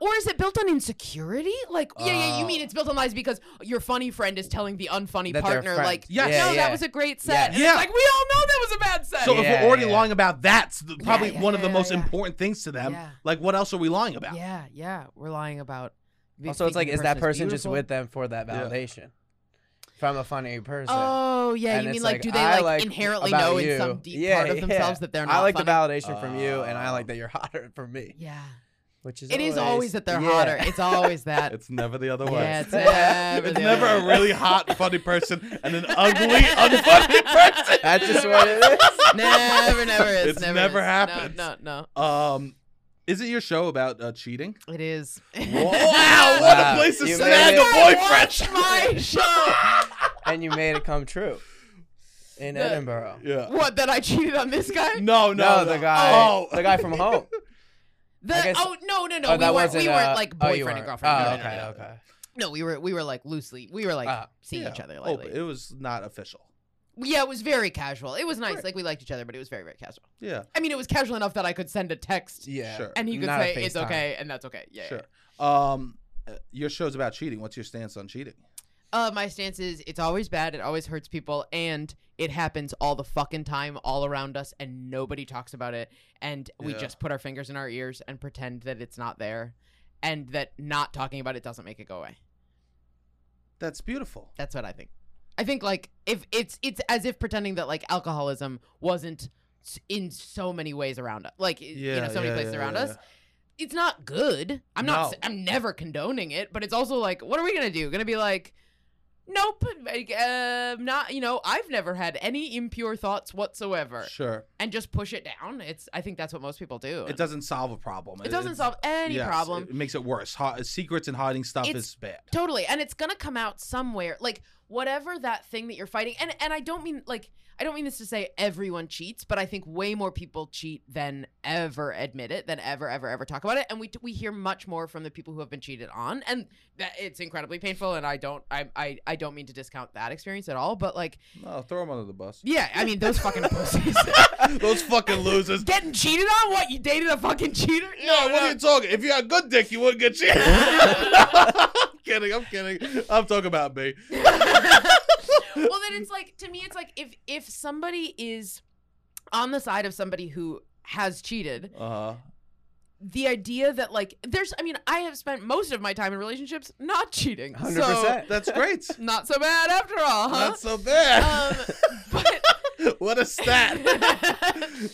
S3: do you? Or is it built on insecurity? Like, yeah, yeah. You mean it's built on lies because your funny friend is telling the unfunny
S2: Oh. That they're
S3: partner,
S2: friends.
S3: like,
S1: Yes.
S3: no,
S1: Yeah,
S2: yeah.
S3: that was a great set.
S2: Yeah.
S3: And
S1: Yeah.
S3: it's like we all know that was a bad set.
S1: So if
S2: Yeah,
S1: we're already
S2: yeah.
S1: lying about that's the, probably
S3: yeah,
S1: one of the
S3: yeah,
S1: most
S3: yeah.
S1: important things to them.
S3: Yeah.
S1: Like, what else are we lying about?
S3: yeah, yeah, we're lying about. the-
S2: Also, it's like,
S3: thinking
S2: is that
S3: person's
S2: person just
S3: beautiful.
S2: with them for that
S1: Yeah.
S2: validation? If I'm a funny person.
S3: Oh yeah,
S2: And
S3: you mean
S2: it's
S3: like,
S2: like,
S3: do they
S2: I
S3: like,
S2: like
S3: inherently
S2: about
S3: know in
S2: you.
S3: some deep
S2: Yeah,
S3: part of
S2: yeah.
S3: themselves that they're not?
S2: I like
S3: funny?
S2: the validation from you, and I like that you're hotter from me,
S3: Yeah,
S2: which is
S3: it
S2: always,
S3: is always that they're
S2: Yeah.
S3: hotter.
S2: [LAUGHS]
S3: It's always that.
S1: It's never the
S3: [LAUGHS]
S1: other way. [LAUGHS]
S3: Uh, yeah, it's never,
S1: it's
S3: the
S1: never
S3: other
S1: a
S3: way.
S1: really hot, funny person and an ugly, [LAUGHS] unfunny person.
S3: [LAUGHS]
S2: That's just what it is.
S3: never, never. It's,
S1: It's
S3: never,
S1: never
S3: is. No,
S1: happens.
S3: No, no,
S1: Um, is it your show about uh,
S3: [LAUGHS]
S1: cheating?
S3: It is.
S1: wow, what
S2: Wow,
S1: a place to
S2: you
S1: snag
S2: made
S1: a
S2: it.
S1: boyfriend.
S3: my show.
S2: And you made it come true in
S3: The-
S2: Edinburgh.
S1: [LAUGHS] Yeah.
S3: What? That I cheated on this guy?
S1: No, no,
S2: No, the guy,
S1: Oh,
S2: the guy
S3: [LAUGHS]
S2: from home.
S3: The,
S2: I guess-
S3: oh no, no, no.
S2: Oh,
S3: we
S2: that
S3: weren't.
S2: wasn't,
S3: We
S2: uh,
S3: weren't like
S2: oh, you
S3: boyfriend and
S2: weren't.
S3: girlfriend.
S2: Oh,
S3: no, no,
S2: okay,
S3: no, no.
S2: okay.
S3: No, we were. We were like loosely. We were like
S2: Ah,
S3: seeing
S1: yeah.
S3: each other
S1: Oh, but
S3: lately.
S1: it was not official.
S3: yeah, it was very casual. It was nice.
S1: Right.
S3: Like we liked each other, but it was very, very casual.
S1: Yeah,
S3: I mean, it was casual enough that I could send a text,
S2: Yeah.
S1: Sure.
S3: and he could
S2: Not a
S3: say it's
S2: FaceTime.
S3: okay, and that's okay. Yeah. yeah,
S1: sure. Um, uh, your show's about cheating. What's your stance on cheating?
S3: Uh, my stance is it's always bad, it always hurts people, and it happens all the fucking time, all around us, and nobody talks about it. And we
S1: Yeah.
S3: just put our fingers in our ears and pretend that it's not there, and that not talking about it doesn't make it go away.
S1: That's beautiful.
S3: That's what I think. I think like if it's it's as if pretending that like alcoholism wasn't s- in so many ways around us, like i- you
S1: Yeah,
S3: know, so many
S1: yeah,
S3: places
S1: yeah,
S3: around
S1: yeah,
S3: us. It's not good. I'm not.
S1: No.
S3: s- I'm never condoning it, but it's also like, what are we gonna do? Gonna be like, nope, like, uh, not. You know, I've never had any impure thoughts whatsoever,
S1: Sure.
S3: and just push it down. It's. I think that's what most people do.
S1: It doesn't solve a problem.
S3: It doesn't
S1: it's-
S3: solve any
S1: yes,
S3: problem.
S1: It makes it worse. Hi- secrets and hiding stuff
S3: It's-
S1: is bad.
S3: Totally. And it's gonna come out somewhere. Like whatever that thing that you're fighting. And and I don't mean like I don't mean this to say everyone cheats, but I think way more people cheat than ever admit it, than ever ever ever talk about it. And we we hear much more from the people who have been cheated on, and that it's incredibly painful. And I don't I I, I don't mean to discount that experience at all, but like
S1: No, throw them under the bus.
S3: yeah, I mean those fucking pussies
S1: [LAUGHS] Those fucking losers.
S3: getting cheated on. What you dated a fucking cheater?
S1: No, what are you talking? If you had good dick, you wouldn't get
S3: [LAUGHS]
S1: cheated. I'm kidding. I'm kidding. I'm talking about me.
S3: well then it's like to me it's like if if somebody is on the side of somebody who has cheated
S1: Uh,
S3: the idea that like there's i mean i have spent most of my time in relationships not cheating
S2: 100%.
S1: that's
S3: [LAUGHS]
S1: great.
S3: so not so bad after all huh
S1: Not so bad.
S3: Uh-huh. um but
S1: [LAUGHS] what a
S3: [LAUGHS]
S1: stat.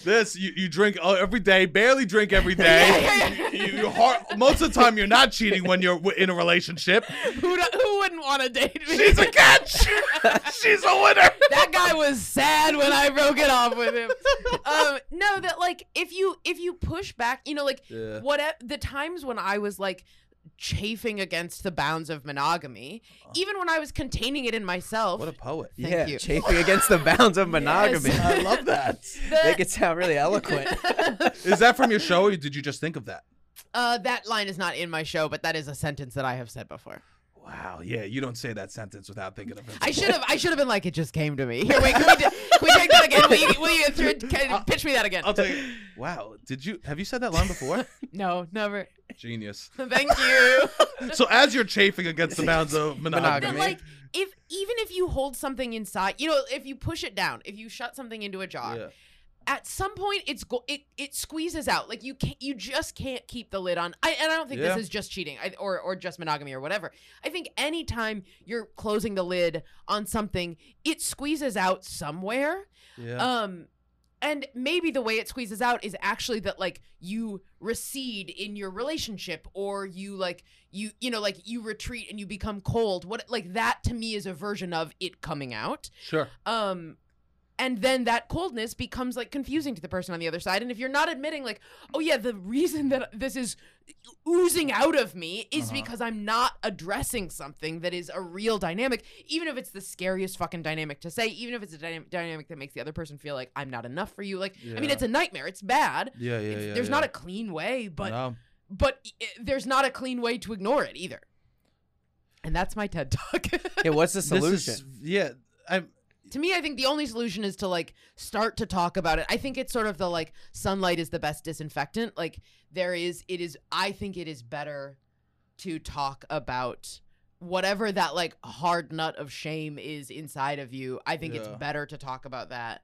S1: This you, you drink uh, every day, barely drink every
S3: [LAUGHS] Yeah,
S1: day.
S3: yeah,
S1: you, you, you har- most of the time you're not cheating when you're w- in a relationship.
S3: [LAUGHS] who, do- who wouldn't want to date me
S1: She's a catch. She's a winner.
S3: [LAUGHS] that guy was sad when I broke it off
S1: [LAUGHS]
S3: with him. Um, no, that like if you if you push back, you know, like
S1: Yeah.
S3: what e- the times when I was like chafing against the bounds of monogamy, even when I was containing it in myself.
S1: Uh-huh. What a poet.
S3: Thank
S2: yeah,
S3: you.
S2: chafing against the bounds
S3: [LAUGHS]
S2: of monogamy.
S1: I love that.
S2: [LAUGHS] Make it sound really
S3: [LAUGHS]
S2: eloquent.
S1: Is that from your show, or did you just think of that?
S3: uh, that line is not in my show, but that is a sentence that I have said before.
S1: Wow. Yeah, you don't say that sentence without thinking of it.
S3: I should have. I should have been like, it just came to me. Here, wait, can we, do, can we take that again? Will you, will you get through it? Can you pitch me that again?
S1: [LAUGHS] I'll tell
S2: [LAUGHS]
S1: you. Wow. Did you have you said that line before?
S3: No, never.
S1: Genius.
S3: Thank you.
S1: So as you're chafing against the bounds
S2: [LAUGHS]
S1: of monogamy,
S3: But like, if even if you hold something inside, you know, if you push it down, if you shut something into a jar,
S1: Yeah.
S3: at some point it's go- it it squeezes out. Like you can't, you just can't keep the lid on. I and I don't think
S1: Yeah.
S3: this is just cheating I, or or just monogamy or whatever. I think anytime you're closing the lid on something, it squeezes out somewhere.
S1: yeah.
S2: uh,
S3: Um and maybe the way it squeezes out is actually that like you recede in your relationship or you like you you know like you retreat and you become cold. What like that to me is a version of it coming out.
S1: sure.
S3: Um and then that coldness becomes like confusing to the person on the other side and if you're not admitting like oh yeah the reason that this is oozing out of me
S1: Uh-huh.
S3: is because I'm not addressing something that is a real dynamic even if it's the scariest fucking dynamic to say even if it's a dyna- dynamic that makes the other person feel like I'm not enough for you like I mean
S1: Yeah.
S3: it's a nightmare it's bad
S1: Yeah, yeah,
S3: It's-
S1: yeah.
S3: there's
S1: yeah.
S3: not a clean way but
S1: No.
S3: but i there's not a clean way to ignore it either and that's my TED talk [LAUGHS]
S2: yeah, what's the
S1: This is-
S2: solution?
S1: yeah, I'm.
S3: to me, I think the only solution is to like start to talk about it. I think it's sort of the like sunlight is the best disinfectant. Like there is, it is. I think it is better to talk about whatever that like hard nut of shame is inside of you. I think it's
S1: Yeah.
S3: better to talk about that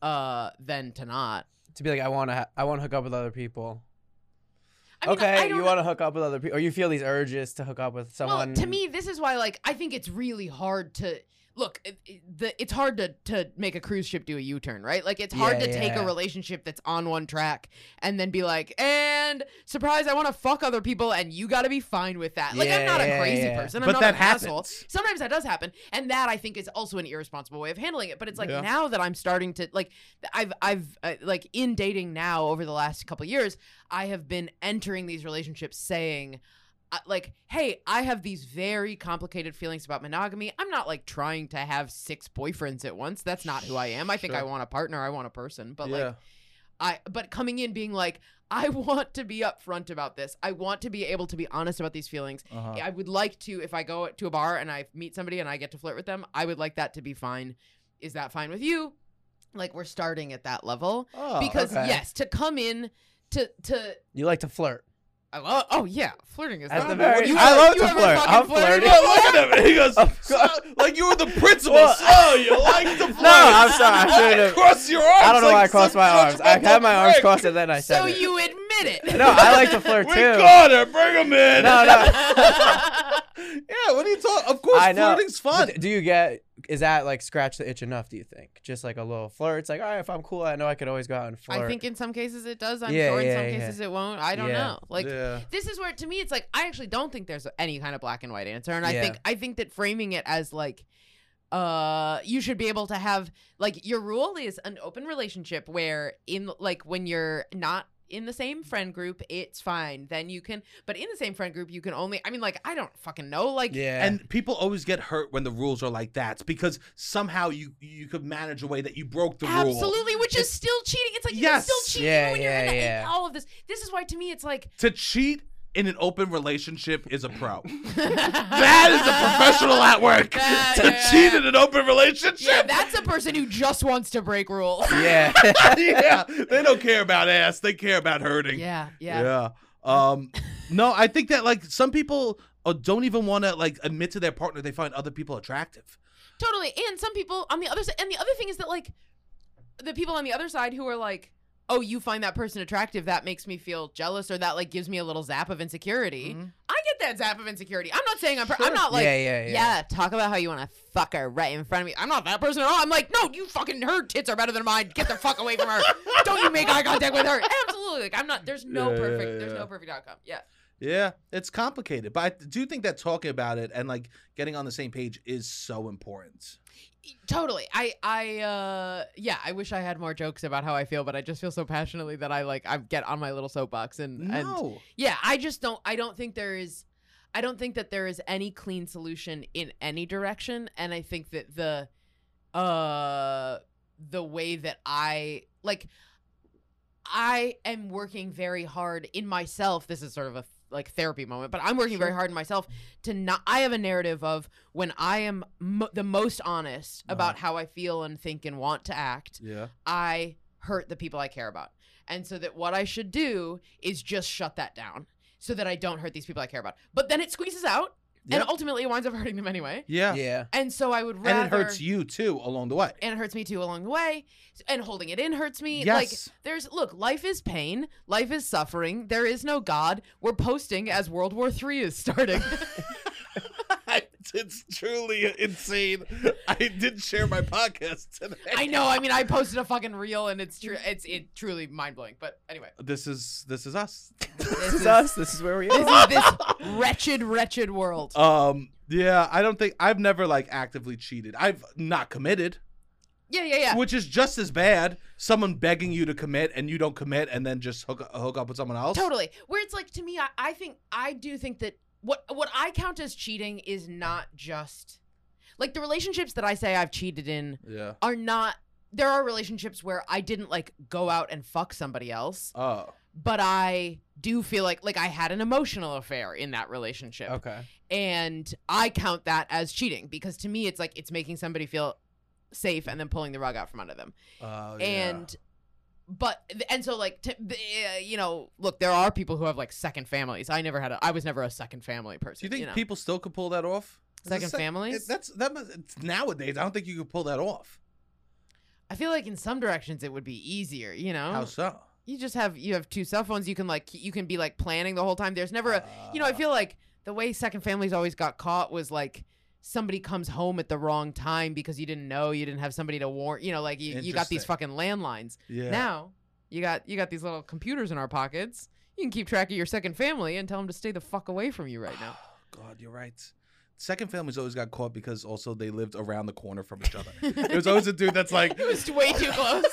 S3: uh than to not.
S2: to be like, I want to, ha- I want to hook up with other people.
S3: I mean,
S2: okay,
S3: I don't
S2: you want to hook up with other people, or you feel these urges to hook up with someone.
S3: Well, to me, this is why like I think it's really hard to look. it- it- The it's hard to to make a cruise ship do a U turn, right? Like it's hard
S2: Yeah,
S3: to take a
S2: yeah.
S3: relationship that's on one track and then be like, and surprise, I want to fuck other people, and you got to be fine with that. Like I'm
S2: Yeah,
S3: not a
S2: yeah,
S3: crazy
S2: yeah.
S3: person. I'm
S1: But
S3: not
S1: that
S3: an asshole.
S1: happens.
S3: Sometimes that does happen, and that I think is also an irresponsible way of handling it. But it's like
S2: Yeah.
S3: now that I'm starting to like, I've I've uh, like in dating now over the last couple years, I have been entering these relationships saying, uh, like, hey, I have these very complicated feelings about monogamy. I'm not like trying to have six boyfriends at once. That's not who I am. I think I
S1: Sure.
S3: want a partner. I want a person. But
S1: yeah.
S3: like, I but coming in being like, I [LAUGHS] want to be upfront about this. I want to be able to be honest about these feelings.
S1: Uh-huh. [LAUGHS]
S3: I would like to, if I go to a bar and I meet somebody and I get to flirt with them, I would like that to be fine. Is that fine with you? Like we're starting at that level
S1: Oh,
S3: because
S2: okay.
S3: yes, to come in to to
S2: you like to flirt.
S3: I love, oh yeah, flirting is
S2: At
S3: not-
S2: the very,
S3: you
S2: I
S3: ever-
S2: love
S3: you
S2: to
S3: ever
S2: flirt.
S3: fucking
S2: I'm
S3: flirted?
S2: flirting.
S1: Oh, look at him. He goes, "So- like you were the principal.
S2: Well-
S1: so
S2: [LAUGHS]
S1: you like the flirt.
S2: I'm sorry, I
S1: Why
S2: shouldn't-
S1: [LAUGHS] Cross your arms.
S2: I don't know
S1: like
S2: why I crossed
S1: some
S2: my arms. I
S1: judgmental
S2: had my arms
S1: prick.
S2: crossed and then I said
S3: So
S2: it.
S3: you admit it.
S2: [LAUGHS] No, I like to
S3: [LAUGHS]
S2: flirt
S1: We
S2: too.
S1: caught her. Bring him in.
S2: No, no.
S1: Yeah, what are you talking? Of course,
S2: I know.
S1: flirting's
S2: But
S1: fun.
S2: d- Do you get? Is that like scratch the itch enough? Do you think? Just like a little flirt. It's like, all right, if I'm cool, I know I could always go out and flirt.
S3: I think in some cases it does. I'm
S2: Yeah,
S3: sure in
S2: yeah,
S3: some
S2: yeah.
S3: cases it won't. I don't
S2: Yeah.
S3: know. Like
S1: Yeah.
S3: this is where to me it's like I actually don't think there's any kind of black and white answer, and I
S2: Yeah.
S3: think I think that framing it as like uh you should be able to have like your rule is an open relationship where in like when you're not in the same friend group it's fine then you can but in the same friend group you can only i mean like i don't fucking know like
S2: Yeah.
S1: And people always get hurt when the rules are like that It's because somehow you you could manage a way that you broke the rule.
S3: absolutely which is still cheating it's like you're
S1: Yes.
S3: still cheating
S2: Yeah,
S3: when you're in
S2: yeah,
S3: the- in
S2: yeah.
S3: all of this this is why to me it's like
S1: To cheat in an open relationship is a
S3: [LAUGHS]
S1: pro. [LAUGHS] that is a professional at work.
S3: Yeah,
S1: [LAUGHS] to
S3: yeah,
S1: cheat
S3: yeah.
S1: in an open relationship.
S3: [LAUGHS] Yeah, that's a person who just wants to
S1: [LAUGHS]
S3: break
S2: [LAUGHS]
S3: rules. [LAUGHS]
S2: yeah.
S1: yeah, they don't care about ass. They care about hurting.
S3: Yeah, yeah.
S1: Yeah. Um, no, I think that like some people uh, don't even want to like admit to their partner they find other people attractive.
S3: Totally. And some people on the other side, and the other thing is that, like, the people on the other side who are like, oh, you find that person attractive, that makes me feel jealous, or that, like, gives me a little zap of insecurity.
S1: Mm-hmm.
S3: I get that zap of insecurity. I'm not saying I'm, per- I'm not like,
S2: Yeah, yeah, yeah.
S3: talk about how you want to fuck her right in front of me. I'm not that person at all. I'm like, no, you fucking, her tits are better than mine. Get the fuck away from her. don't you make eye contact with her. Absolutely. Like, I'm not, there's no
S1: Yeah, yeah,
S3: perfect, there's
S1: yeah.
S3: no perfect outcome. Yeah.
S1: Yeah, it's complicated, but I do think that talking about it and like getting on the same page is so important.
S3: totally i i uh yeah i wish i had more jokes about how i feel but i just feel so passionately that i like i get on my little soapbox and and
S1: No,
S3: yeah i just don't i don't think there is i don't think that there is any clean solution in any direction and i think that the uh the way that i like i am working very hard in myself this is sort of a like therapy moment but i'm working very hard in myself to not i have a narrative of when i am mo- the most honest about how i feel and think and want to act
S1: yeah,
S3: I hurt the people I care about. And so that what I should do is just shut that down so that I don't hurt these people I care about. But then it squeezes out
S1: Yep.
S3: and ultimately it winds up [LAUGHS] hurting them anyway.
S1: yeah,
S2: [LAUGHS] Yeah.
S3: And so I would rather
S1: and it hurts you too along the way.
S3: and it hurts me too along the way. And holding it in hurts me.
S1: Yes.
S3: Like there's look, life is pain, life is suffering. There is no God. We're posting as World War Three is starting.
S1: [LAUGHS]
S3: [LAUGHS]
S1: it's truly insane. I did share my podcast today.
S3: I know. I mean, I posted a fucking reel, and it's true. It's it truly mind blowing. But anyway,
S1: This is this is [LAUGHS] us.
S2: This is us. This is where we
S3: this
S1: [LAUGHS]
S2: are.
S3: is this wretched, wretched world.
S1: Um, yeah, I don't think I've never like actively cheated. I've not committed,
S3: yeah, yeah, yeah.
S1: which is just as bad. Someone begging you to commit and you don't commit, and then just hook hook up with someone else.
S3: Totally. Where it's like to me, I, I think I do think that what what I count as cheating is not just like the relationships that I say I've cheated in
S1: Yeah.
S3: are not there are relationships where I didn't like go out and fuck somebody else,
S1: Oh.
S3: but I do feel like like I had an emotional affair in that relationship. [LAUGHS]
S2: Okay.
S3: And I count that as cheating because to me it's like it's making somebody feel safe and then pulling the rug out from under them.
S1: Oh,
S3: and but and so like t- the, uh, you know look there are people who have like second families i never had a i was never a second family person
S1: do you think
S3: know.
S1: people still could pull that off? Is it
S3: Second
S1: sec-
S3: families?
S1: it- that's that. must- It's nowadays, I don't think you could pull that off.
S3: i feel like in some directions it would be easier you know
S1: How so?
S3: you just have you have two cell phones you can like you can be like planning the whole time there's never a you know i feel like the way second families always got caught was like somebody comes home at the wrong time because you didn't know you didn't have somebody to warn you know like you, you got these
S1: Interesting.
S3: fucking landlines
S1: Yeah.
S3: now you got you got these little computers in our pockets you can keep track of your second family and tell them to stay the fuck away from you right now
S1: [SIGHS] God, you're right. Second families always got caught because also they lived around the corner from each other.
S3: [LAUGHS]
S1: There's always a dude that's like,
S3: [SIGHS]
S1: [LAUGHS]
S3: it was way too close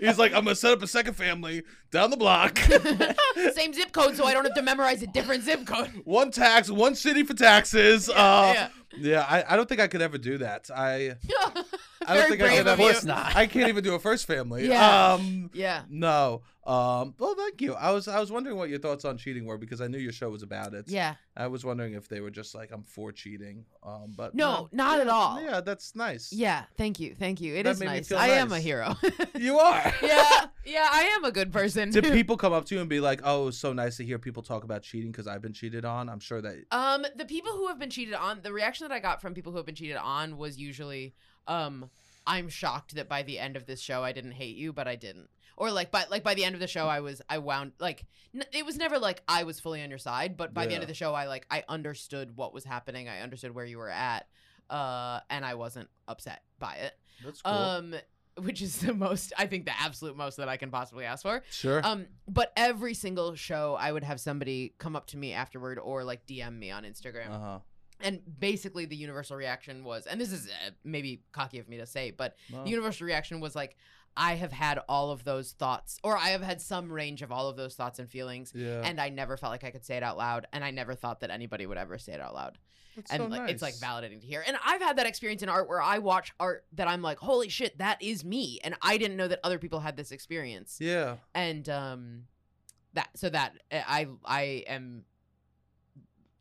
S1: he's like, I'm gonna set up a second family down the
S3: [LAUGHS]
S1: block.
S3: [LAUGHS] same zip code so i don't have to memorize a different zip code [LAUGHS]
S1: one tax, one city for taxes. Yeah, uh,
S3: yeah.
S1: yeah. I, I don't think I could ever do that. I, I
S3: Very
S1: don't think I
S3: brave
S1: could
S3: of
S1: ever.
S3: you.
S1: I can't even do a first family.
S3: Yeah.
S1: Um,
S3: [LAUGHS] yeah
S1: no. Um, well, thank you. I was I was wondering what your thoughts on cheating were because I knew your show was about it.
S3: yeah
S1: I was wondering if they were just like I'm for cheating. Um, but
S3: No, not at all.
S1: Yeah, that's nice.
S3: Yeah, thank you, thank you. It is
S1: That made me
S3: nice.
S1: feel
S3: I am a
S1: nice.
S3: hero.
S1: [LAUGHS] you are.
S3: [LAUGHS] yeah, yeah, I am a good person. [LAUGHS]
S1: Did people come up to you and be like, "Oh, it was so nice to hear people talk about cheating because I've been cheated on"? I'm sure that.
S3: um, the people who have been cheated on, the reaction that I got from people who have been cheated on was usually, um, I'm shocked that by the end of this show I didn't hate you, but I didn't. Or like by like by the end of the show I was I wound like n- it was never like I was fully on your side, but by the end
S1: Yeah.
S3: of the show I like I understood what was happening, I understood where you were at, uh, and I wasn't upset by it.
S1: That's cool.
S3: Um, which is the most I think the absolute most that I can possibly ask for.
S1: sure.
S3: Um, but every single show, I would have somebody come up to me afterward or like DM me on Instagram.
S1: Uh huh.
S3: And basically, the universal reaction was, and this is uh, maybe cocky of me to say, but
S1: Uh-huh.
S3: the universal reaction was like, I have had all of those thoughts, or I have had some range of all of those thoughts and feelings,
S1: yeah.
S3: and I never felt like I could say it out loud, and I never thought that anybody would ever say it out loud
S1: That's
S3: and
S1: so
S3: like, it's like
S1: nice.
S3: validating to hear. And I've had that experience in art where I watch art that I'm like, holy shit, that is me, and I didn't know that other people had this experience.
S1: Yeah.
S3: And um, that so that eh, I I am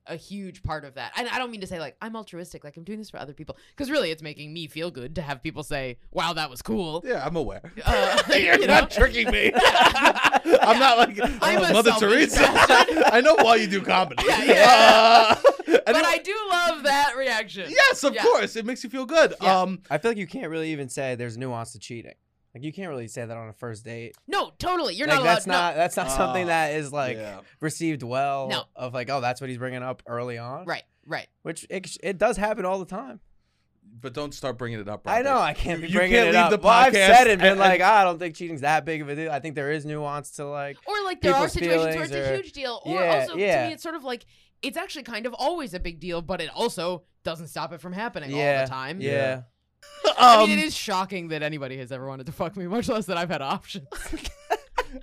S3: a huge part of that. And I don't mean to say like I'm altruistic, like I'm doing this for other people, because really it's making me feel good to have people say, wow, that was cool.
S1: Yeah, I'm aware.
S3: [LAUGHS] Uh,
S1: [LAUGHS] You're
S3: you know?
S1: not tricking
S3: [LAUGHS]
S1: me. I'm not like
S3: I'm
S1: uh,
S3: a
S1: Mother
S3: selfish
S1: Teresa.
S3: bastard.
S1: [LAUGHS] I know why you do comedy. [LAUGHS]
S3: Yeah, yeah.
S1: Uh,
S3: But
S1: anyway-
S3: I do love that reaction.
S1: Yes, of
S3: Yeah.
S1: course. It makes you feel good.
S3: Yeah.
S1: Um,
S2: I feel like you can't really even say there's nuance to cheating. Like you can't really say that on a first date.
S3: No, totally. You're
S2: like
S3: not allowed.
S2: that's not that's not something
S1: Ah,
S2: that is like
S1: yeah.
S2: received well.
S3: No.
S2: Of like, oh, that's what he's bringing up early on.
S3: No. Right. Right.
S2: Which it, it does happen all the time.
S1: but don't start bringing it up.
S2: I
S1: Robert.
S2: know I can't be
S1: You
S2: bringing
S1: can't
S2: it
S1: leave
S2: up.
S1: the
S2: well, I've
S1: podcast
S2: said it, and been
S1: and-
S2: like, "Ah, I don't think cheating's that big of a deal. I think there is nuance to like.
S3: Or like there are
S2: people's
S3: situations where
S2: feelings
S3: it's a
S2: or-
S3: huge deal. Or
S2: Yeah,
S3: also to
S2: yeah.
S3: me it's sort of like it's actually kind of always a big deal, but it also doesn't stop it from happening all
S2: Yeah,
S3: the time.
S2: Yeah.
S1: Um,
S3: I mean, it is shocking that anybody has ever wanted to fuck me, much less that I've had options.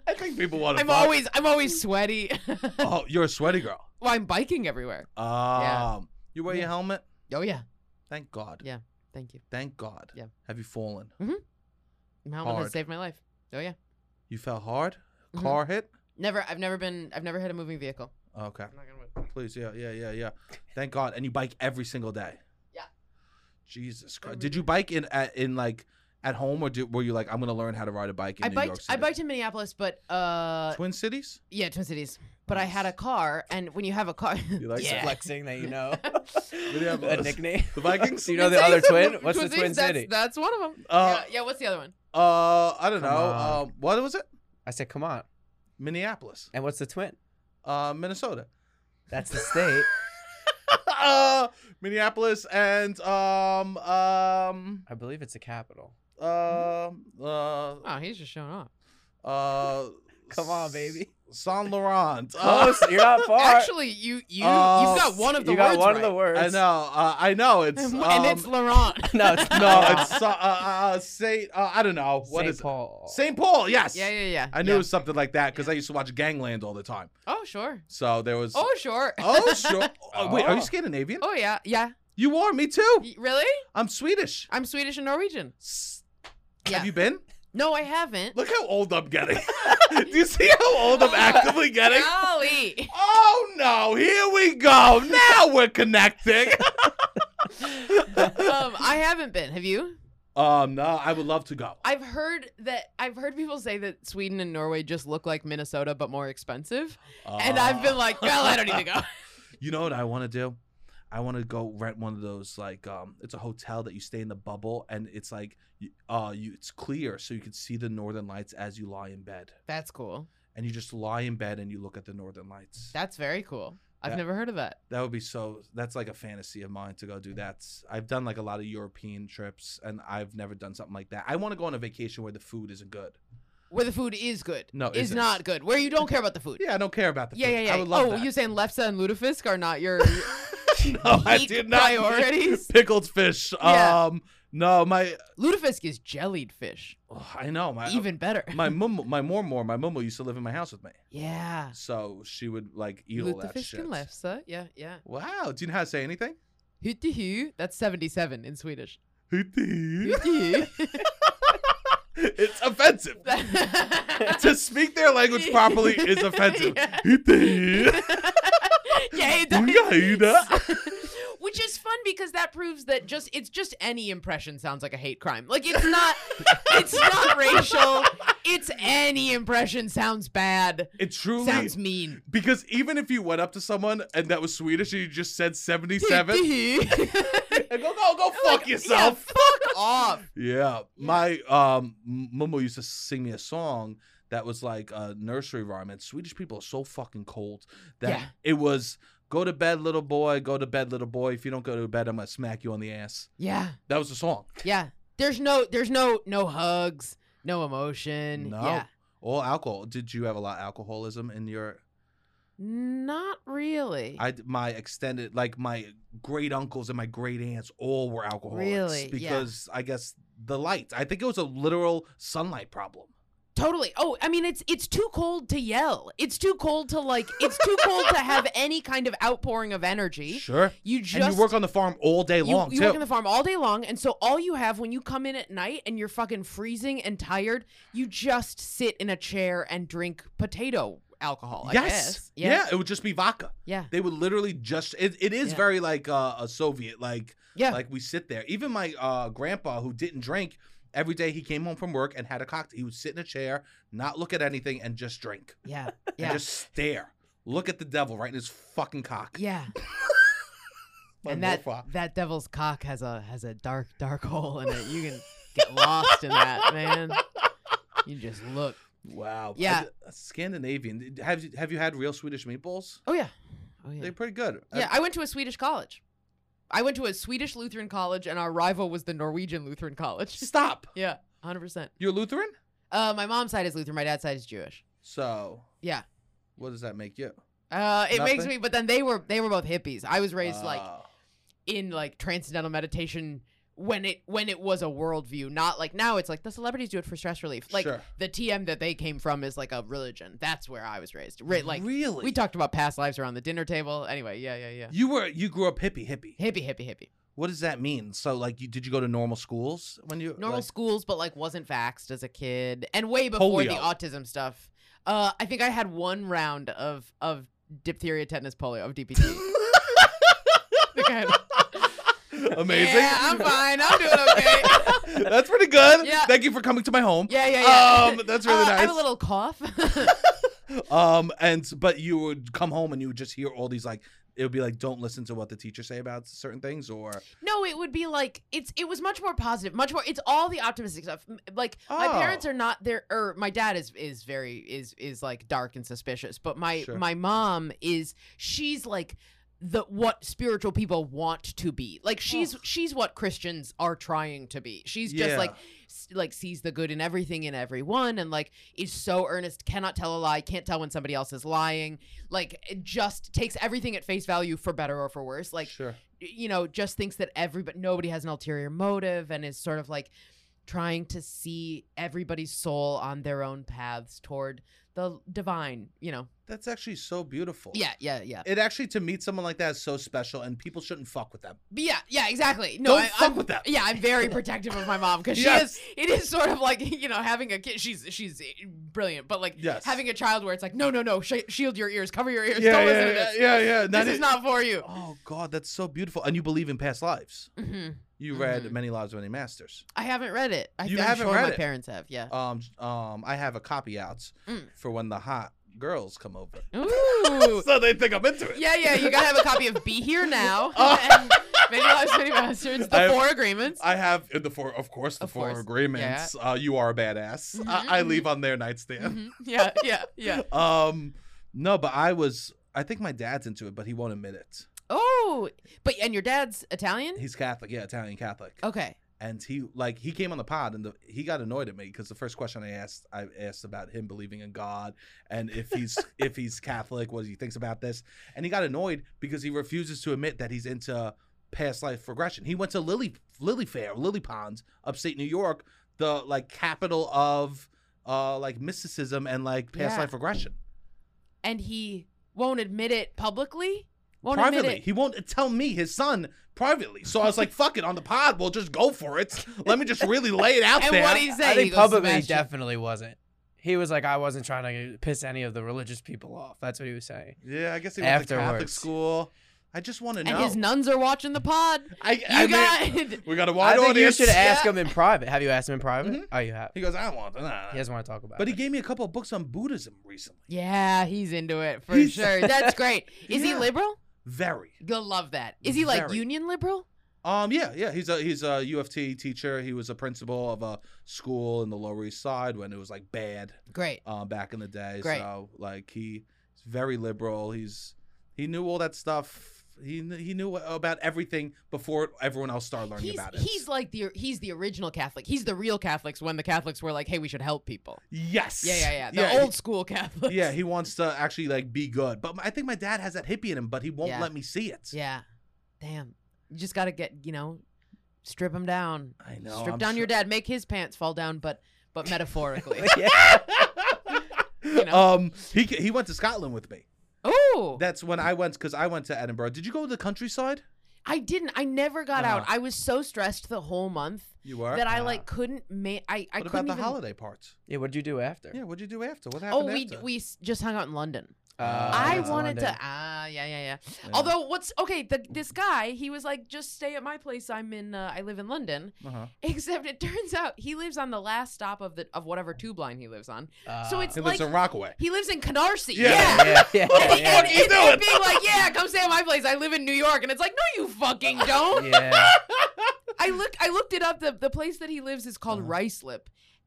S1: I think people want to.
S3: I'm always I'm always sweaty. [LAUGHS] well,
S1: Oh, you're a sweaty girl.
S3: I'm biking everywhere.
S1: Um, you wear your helmet.
S3: Oh yeah.
S1: Thank God.
S3: Yeah. Thank you.
S1: Thank God.
S3: Yeah.
S1: Have you fallen?
S3: My helmet
S1: Hard.
S3: has saved my life. Oh yeah.
S1: You fell hard.
S3: Mhm.
S1: Car hit.
S3: Never I've never been I've never hit a moving vehicle.
S1: Oh, Okay. Please. Yeah. Yeah. Yeah. Yeah. Thank God. And you bike every single day.
S3: Yeah.
S1: Jesus Christ. Did you bike in at, in like at home or do, were you like I'm gonna learn how to ride a bike in
S3: I
S1: New York
S3: biked
S1: City?
S3: I biked in Minneapolis, but uh
S1: Twin
S3: [LAUGHS]
S1: Cities.
S3: yeah, Twin Cities. But I had a car and when you have a car
S1: You
S3: [LAUGHS]
S1: like
S3: yeah.
S2: flexing that you
S3: [LAUGHS]
S2: know a
S1: Minneapolis.
S2: nickname.
S1: The Vikings?
S2: Do you know the other twin? What's the
S3: Twin
S2: twin
S3: Cities, that's-
S2: city?
S3: That's, one of them.
S1: Uh,
S3: yeah, yeah, what's the other one?
S1: Uh, I don't
S2: Come
S1: know.
S2: on.
S1: Um, what was it?
S2: I said, come on.
S1: Minneapolis,
S2: And what's the twin?
S1: uh,
S3: [LAUGHS]
S1: Minnesota.
S2: That's the state.
S1: uh, Minneapolis and um um
S2: I believe it's the capital.
S1: um uh
S3: Oh, he's just showing off.
S1: uh.
S2: Come
S1: [LAUGHS]
S2: on, baby.
S1: S- Saint Laurent. Uh,
S2: Close. [LAUGHS] You're not far.
S3: Actually, you you
S1: Uh,
S3: you've got one of the
S2: you
S3: words
S2: got one
S3: right.
S2: of the words.
S1: I know. Uh, I know. It's
S3: [LAUGHS] and
S1: um, [LAUGHS]
S3: it's Laurent.
S2: [LAUGHS] No, it's
S1: no. [LAUGHS]
S3: [LAUGHS]
S1: It's uh, uh, uh, Saint. Uh, I don't know. What
S2: Saint
S1: is
S2: Paul.
S1: it? Saint Paul. Yes.
S3: yeah, yeah, yeah.
S1: I knew
S3: yeah.
S1: it was something like that because I used to watch Gangland all the time.
S3: Oh sure.
S1: So there was.
S3: Oh sure.
S1: Oh, sure. Oh, Wait, are you
S2: Oh.
S1: Scandinavian?
S3: [LAUGHS] Oh yeah, yeah.
S1: You are. Me too.
S3: Y- Really?
S1: I'm Swedish.
S3: I'm Swedish and Norwegian.
S1: S-
S3: Yeah.
S1: Have you been?
S3: No, I haven't.
S1: Look how old I'm
S3: [LAUGHS]
S1: getting. [LAUGHS] Do you see how old
S3: Oh,
S1: I'm actively getting?
S3: [LAUGHS] Golly.
S1: Oh no, here we go.
S3: [LAUGHS]
S1: Now we're connecting.
S3: um, I haven't been. Have you?
S1: Um, no, I would love to go.
S3: I've heard that I've heard people say that Sweden and Norway just look like Minnesota but more expensive, and I've been
S1: Uh,
S3: like, well, I don't need to
S1: [LAUGHS]
S3: go.
S1: You know what I want to do? I want to go rent one of those like um, it's a hotel that you stay in the bubble and it's like, you- uh, you it's clear so you can see the northern lights as you lie in bed
S3: That's cool.
S1: and you just lie in bed and you look at the northern lights.
S3: That's very cool. I've
S1: That-
S3: never heard of that.
S1: That would be so. That's like a fantasy of mine to go do that. I've done like a lot of European trips, and I've never done something like that. I want to go on a vacation where the food isn't good.
S3: Where the food is good.
S1: No,
S3: is
S1: isn't.
S3: not good. Where you don't care about the food.
S1: Yeah, I don't care about the
S3: yeah,
S1: food.
S3: yeah, yeah.
S1: I would love
S3: oh,
S1: that.
S3: you saying Lefse and Lutefisk are not
S1: [LAUGHS]
S3: your
S1: no, I
S3: peak
S1: did not.
S3: priorities?
S1: Pickled fish.
S3: Yeah.
S1: Um, no, my.
S3: Lutefisk is jellied fish.
S1: oh, I know my.
S3: Even better. [LAUGHS]
S1: my mum, my mormor, my mummo used to live in my house with me,
S3: Uh-huh. yeah.
S1: so she would like eat all that
S3: Lutefisk
S1: shit.
S3: and Lefse. Yeah, yeah.
S1: Wow, do you know how to say
S3: [LAUGHS]
S1: anything?
S3: Hyttihu. That's 77 in Swedish.
S1: it's
S3: [LAUGHS] Hyttihu.
S1: offensive. to speak their language
S3: [LAUGHS]
S1: properly is offensive.
S3: yeah, it
S1: We gotta eat that.
S3: does. [LAUGHS] Which is fun because that proves that just it's just any impression sounds like a hate crime. Like
S1: [LAUGHS]
S3: it's not it's not racial. It's any impression sounds bad.
S1: It truly
S3: Sounds mean.
S1: because even if you went up to someone and that was Swedish and you just said seventy seven, [LAUGHS]
S3: Fuck
S1: go go go fuck yourself.
S3: fuck off.
S1: Yeah. My um Momo used to sing me a song that was like a nursery rhyme and Swedish people are so fucking cold that
S3: Yeah.
S1: it was go to bed little boy, go to bed little boy. If you don't go to bed, I'm gonna smack you on the ass.
S3: Yeah.
S1: That was the song.
S3: Yeah. There's no there's no no hugs, no emotion.
S1: No.
S3: Yeah.
S1: All alcohol. Did you have a lot of alcoholism in your
S3: Not really.
S1: I my extended like my great uncles and my great aunts all were alcoholics
S3: Really? Yeah.
S1: because I guess the lights. I think it was a literal sunlight problem.
S3: Totally. Oh, I mean, it's it's too cold to yell. It's too cold to like. It's too cold to
S1: [LAUGHS]
S3: have any kind of outpouring of energy.
S1: Sure.
S3: You just
S1: and you work on the farm all day
S3: you,
S1: long
S3: you
S1: too.
S3: work on the farm all day long, and so all you have when you come in at night and you're fucking freezing and tired, you just sit in a chair and drink potato alcohol. I
S1: yes.
S3: guess.
S1: Yeah. It would just be vodka.
S3: Yeah.
S1: They would literally just. It, it is
S3: Yeah.
S1: very like uh, a Soviet like
S3: Yeah.
S1: like we sit there. Even my uh, grandpa who didn't drink. Every day he came home from work and had a cocktail. He would sit in a chair, not look at anything, and just drink.
S3: yeah.
S1: And
S3: Yeah.
S1: just stare. Look at the devil right in his fucking cock.
S3: yeah.
S1: My
S3: and that
S1: morpha.
S3: that devil's cock has a has a dark dark hole in it. You can get lost in that, man. You just look.
S1: Wow. I
S3: Yeah.
S1: d- Scandinavian. Have you have you had real Swedish meatballs?
S3: Oh yeah. Oh yeah.
S1: They're pretty good. Uh,
S3: Yeah, I went to a Swedish college. I went to a Swedish Lutheran college, and our rival was the Norwegian Lutheran college. [LAUGHS]
S1: Stop.
S3: yeah, hundred percent.
S1: You're Lutheran?
S3: Uh, my mom's side is Lutheran. My dad's side is Jewish.
S1: So
S3: Yeah.
S1: what does that make you?
S3: Uh, it makes
S1: Nothing?
S3: me. But then they were they were both hippies. I was raised like
S1: Uh,
S3: in like transcendental meditation when it when it was a worldview, not like now. It's like the celebrities do it for stress relief. Like
S1: Sure.
S3: the TM that they came from is like a religion. That's where I was raised. Right? Like
S1: Really?
S3: we talked about past lives around the dinner table. Anyway, yeah, yeah, yeah.
S1: You were you grew up hippie hippie.
S3: Hippie, hippie, hippie.
S1: What does that mean? So like you did you go to normal schools when you
S3: normal
S1: like,
S3: schools, but like wasn't vaxxed as a kid, and way before the
S1: Polio.
S3: autism stuff. Uh, I think I had one round of of diphtheria, tetanus, polio
S1: [LAUGHS]
S3: of DPT. I think I had-
S1: [LAUGHS] Amazing.
S3: Yeah, I'm fine. I'm doing okay.
S1: [LAUGHS] that's pretty good.
S3: Yeah.
S1: Thank you for coming to my home.
S3: yeah, yeah, yeah. [LAUGHS]
S1: Um, that's really
S3: Uh, I have a
S1: nice.
S3: little cough. [LAUGHS]
S1: Um and but you would come home and you would just hear all these like it would be like don't listen to what the teachers say about certain things or
S3: no, it would be like it's. It was much more positive, much more. It's all the optimistic stuff. M- Like my
S1: Oh.
S3: parents are not there, or my dad is is very is is like dark and suspicious, but my
S1: Sure.
S3: my mom is she's like the what spiritual people want to be. Like she's she's what Christians are trying to be. She's just
S1: Yeah.
S3: like s- like sees the good in everything in everyone and like is so earnest, cannot tell a lie, can't tell when somebody else is lying. Like it just takes everything at face value for better or for worse. Like
S1: sure.
S3: you know, just thinks that everybody, nobody has an ulterior motive and is sort of like trying to see everybody's soul on their own paths toward the divine, you know.
S1: That's actually so beautiful.
S3: Yeah, yeah, yeah.
S1: It actually to meet someone like that is so special, and people shouldn't fuck with them.
S3: But yeah, yeah, exactly. No,
S1: Don't
S3: I,
S1: fuck
S3: I'm,
S1: with that.
S3: Yeah, I'm very protective of my mom because
S1: Yes.
S3: she is. It is sort of like [LAUGHS] you know having a kid. She's she's brilliant, but like
S1: Yes.
S3: having a child where it's like, no, no, no, sh- shield your ears, cover your ears,
S1: Yeah,
S3: don't
S1: yeah,
S3: listen to
S1: yeah,
S3: this.
S1: yeah, yeah, e that
S3: This is
S1: is-
S3: not for you.
S1: Oh God, that's so beautiful. And you believe in past lives. You read Many Lives, Many Masters.
S3: Mm-hmm. I haven't read it. I,
S1: You
S3: I'm
S1: haven't
S3: sure
S1: read
S3: my
S1: it.
S3: parents have. Yeah.
S1: Um, j- um, I have a copy out
S3: Mm.
S1: for when the hot girls come over. [LAUGHS]
S3: Ooh.
S1: So they think I'm into it.
S3: yeah, yeah. You gotta have a copy of "Be
S1: [LAUGHS]
S3: Here Now" [LAUGHS] and "Many Lives, Many Bastards," the
S1: I have-
S3: four agreements. [LAUGHS]
S1: I have in the four, of course, the
S3: Of
S1: four
S3: course, Mm-hmm,
S1: agreements. Uh, you are a badass. I, I leave on their nightstand.
S3: yeah, yeah, yeah.
S1: Um, no, but I was. I think my dad's into it, but he won't admit it.
S3: Oh, but and your dad's Italian?
S1: He's Catholic, yeah, Italian Catholic.
S3: Okay.
S1: and he like he came on the pod and the, he got annoyed at me because the first question I asked I asked about him believing in God and if
S3: [LAUGHS]
S1: he's if he's Catholic, what he thinks about this, and he got annoyed because he refuses to admit that he's into past life regression. He went to Lily Lily Fair, Lily Ponds, upstate New York, the like capital of uh like mysticism and like past
S3: Yeah.
S1: life regression.
S3: and he won't admit it publicly. Won't
S1: privately,
S3: admit it.
S1: he won't tell me his son privately. So I was like, "Fuck it, on the pod, we'll just go for it. Let me just really lay it out
S3: [LAUGHS] And
S1: there."
S3: what he say?
S2: I
S3: he
S2: think
S3: goes,
S2: publicly he
S3: "Sebastian."
S2: definitely wasn't. He was like, I wasn't trying to piss any of the religious people off. That's what he was saying.
S1: Yeah, I guess he went to Catholic
S2: Afterwards.
S1: school. I just want to know.
S3: And his nuns are watching the pod.
S1: I,
S3: You
S1: I [LAUGHS] mean,
S3: got.
S1: we got
S3: [LAUGHS]
S1: a
S2: I
S1: wide
S2: think
S1: audience.
S2: you should ask him in private. Have you asked him in private? Oh, you have.
S1: [LAUGHS] He goes, I don't want to. Nah.
S2: He doesn't want to talk about
S1: Mm-hmm. but
S2: it.
S1: he gave me a couple of books on Buddhism recently.
S3: yeah, he's into it for
S1: He's-
S3: sure. That's great. Is he
S1: Yeah.
S3: liberal?
S1: Very.
S3: You'll love that. Is he like
S1: Very.
S3: union liberal?
S1: Um. Yeah. Yeah. He's a he's a UFT teacher. He was a principal of a school in the Lower East Side when it was like bad
S3: Great.
S1: uh, back in the day.
S3: Great.
S1: So like he, he's very liberal. He's he knew all that stuff. He kn- he knew about everything before everyone else started learning
S3: He's,
S1: about it.
S3: he's like the he's the original Catholic. He's the real Catholics when the Catholics were like, "Hey, we should help people."
S1: yes.
S3: Yeah, yeah, yeah. The
S1: he-
S3: old school Catholics. [LAUGHS]
S1: Yeah, he wants to actually like be good. But I think my dad has that hippie in him, but he won't
S3: Yeah.
S1: let me see it.
S3: yeah. Damn. You just gotta get you know, strip him down.
S1: I know.
S3: strip
S1: I'm
S3: down your
S1: sure-
S3: dad. Make his pants fall down, but
S1: [LAUGHS]
S3: but metaphorically.
S1: Um, he he went to Scotland with me.
S3: Oh,
S1: That's when I went because I went to Edinburgh. Did you go to the countryside?
S3: I didn't. I never got out.
S1: Uh-huh.
S3: I was so stressed the whole month
S1: You were.
S3: that I
S1: Uh,
S3: like couldn't make. I I
S1: What about
S3: couldn't
S1: the
S3: even.
S1: holiday part?
S2: yeah, what'd you do after?
S1: Yeah. What'd you do after? What
S3: Oh,
S1: happened?
S3: we
S1: after?
S3: we s- just hung out in London.
S2: Uh,
S1: Oh,
S3: I
S2: it's
S3: wanted
S2: London.
S3: to. Ah, yeah, yeah, yeah, Although, what's okay? The, this guy, he was like, just stay at my place. I'm in. Uh, I live in London.
S1: Uh-huh.
S3: [LAUGHS] Except it turns out he lives on the last stop of the of whatever tube line he lives on. so it's
S1: Ah. He
S3: like
S1: lives in Rockaway.
S3: he lives in Canarsie.
S1: Yeah.
S3: yeah.
S2: Yeah, [LAUGHS] yeah,
S3: [LAUGHS] and,
S2: yeah.
S3: and- and being like, yeah, come stay at my place. I live in New York, and it's like, no, you
S1: [LAUGHS]
S3: fucking don't.
S2: yeah. [LAUGHS]
S3: I look, I looked it up. The the place that he lives is called Ricelip,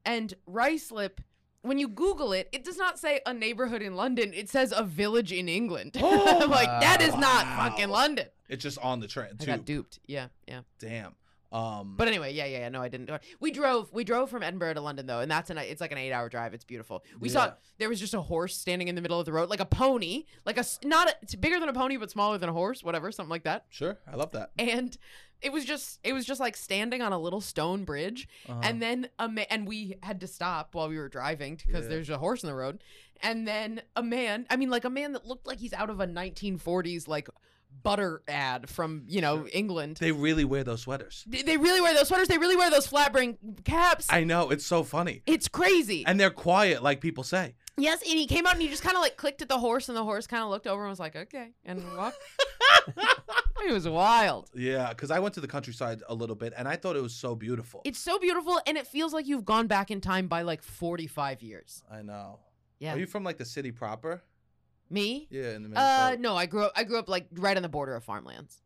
S3: and Ricelip. When you Google it, it does not say a neighborhood in London. It says a village in England. [LAUGHS] I'm like, that is not fucking London.
S1: It's just on the train.
S3: I
S1: Too.
S3: got duped. Yeah, yeah.
S1: Damn. Um.
S3: But anyway, yeah, yeah, yeah. No, I didn't. go. We drove. We drove from Edinburgh to London though, and that's an. It's like an eight-hour drive. It's beautiful. We saw
S1: Yeah.
S3: there was just a horse standing in the middle of the road, like a pony, like a s- not. A, it's bigger than a pony, but smaller than a horse. Whatever, something like that.
S1: sure, I love that.
S3: And it was just, it was just like standing on a little stone bridge,
S1: Uh-huh.
S3: and then a ma- and we had to stop while we were driving because there's a horse in the road, and then a man. I mean, like a man that looked like he's out of a 1940s like butter ad from you know England.
S1: They really wear those sweaters.
S3: They, they really wear those sweaters. They really wear those flat brim caps.
S1: I know. It's so funny.
S3: it's crazy.
S1: And they're quiet, like people say.
S3: yes, and he came out and he just kind of like clicked at the horse, and the horse kind of looked over and was like, "Okay," and
S1: [LAUGHS]
S3: walked. it was wild.
S1: Yeah, because I went to the countryside a little bit, and I thought it was so beautiful.
S3: It's so beautiful, and it feels like you've gone back in time by like forty-five years.
S1: I know.
S3: Yeah,
S1: Are you from like the city proper?
S3: me.
S1: Yeah, in the middle.
S3: Uh, no, I grew up. I grew up like right on the border of farmlands.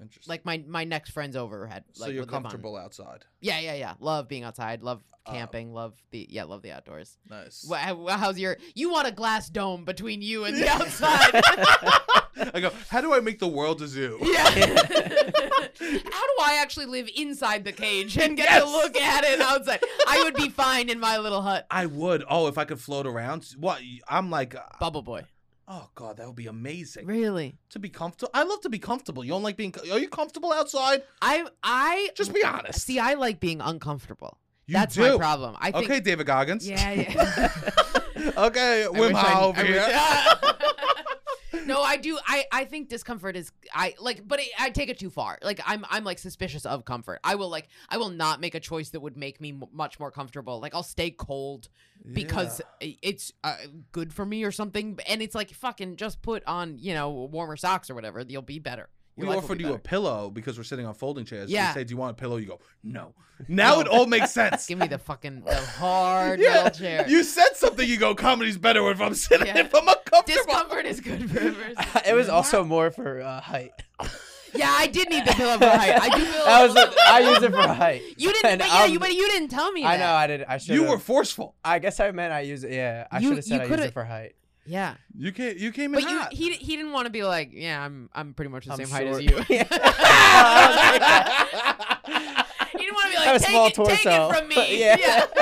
S1: Interesting.
S3: Like my my next friends over had.
S1: so
S3: like,
S1: you're
S3: would live on-
S1: comfortable outside.
S3: Yeah, yeah, yeah. Love being outside. Love
S1: Oh.
S3: camping. love the yeah. Love the outdoors.
S1: Nice.
S3: Wha- how- How's your? You want a glass dome between you and the
S1: [LAUGHS]
S3: outside?
S1: [LAUGHS] I go. How do I make the world a zoo?
S3: [LAUGHS] Yeah. How do I actually live inside the cage and get to look at it outside? I would be fine in my little hut.
S1: I would. Oh, if I could float around. What? I'm like. uh,
S3: Bubble boy.
S1: Oh God, that would be amazing.
S3: Really?
S1: To be comfortable. I love to be comfortable. You don't like being. co- Are you comfortable outside?
S3: I I
S1: Just be honest.
S3: see I like being uncomfortable.
S1: You
S3: That's
S1: do.
S3: [LAUGHS] my problem. I think
S1: okay, David Goggins.
S3: Yeah, yeah.
S1: [LAUGHS] Okay, Wim
S3: wish I-
S1: Hof
S3: I
S1: here. [LAUGHS]
S3: [LAUGHS] no, I do. I, I think discomfort is I like, but it, I take it too far. Like I'm I'm like suspicious of comfort. I will like I will not make a choice that would make me m- much more comfortable. Like I'll stay cold because i- it's uh, good for me or something. And it's like fucking just put on you know warmer socks or whatever. You'll be better. Your
S1: we
S3: life will
S1: offered
S3: be
S1: you a
S3: better.
S1: pillow because we're sitting on folding chairs.
S3: Yeah.
S1: We say, "Do you want a pillow?" You go, "No." Now it all makes sense.
S3: [LAUGHS] Give me the fucking
S1: [LAUGHS]
S3: the hard
S1: yeah.
S3: metal chair.
S1: You said something. You go, "Comedy's better if I'm sitting [LAUGHS]
S3: Yeah.
S1: if I'm uncomfortable."
S3: Discomfort is good
S2: [LAUGHS]
S3: for a person.
S2: It
S3: [LAUGHS]
S2: was also more for uh, height.
S3: Yeah, I did need the pillow for height. I
S2: [LAUGHS]
S3: do feel.
S2: That was it. I used
S3: [LAUGHS]
S2: it for height.
S3: You
S2: [LAUGHS]
S3: didn't.
S2: And,
S3: but yeah, you
S2: um,
S3: but you didn't tell me.
S2: I
S3: that.
S2: know. I did. I should.
S1: you were forceful.
S2: I guess I meant I use it. Yeah, I
S3: You-
S2: should have
S3: you
S2: said I used
S3: coulda-
S2: it for height.
S3: Yeah,
S1: You came. You came in
S3: but you
S1: hot.
S3: he he didn't want to be like, yeah, I'm I'm pretty much the
S2: I'm
S3: same height as
S2: short. [LAUGHS]
S3: you. [LAUGHS] he didn't
S2: [LAUGHS]
S3: [LAUGHS] want to be
S2: I have
S3: like
S2: a
S3: take
S2: small
S3: it, take it
S2: torso."
S3: from me.
S2: [LAUGHS] Yeah.
S3: [LAUGHS]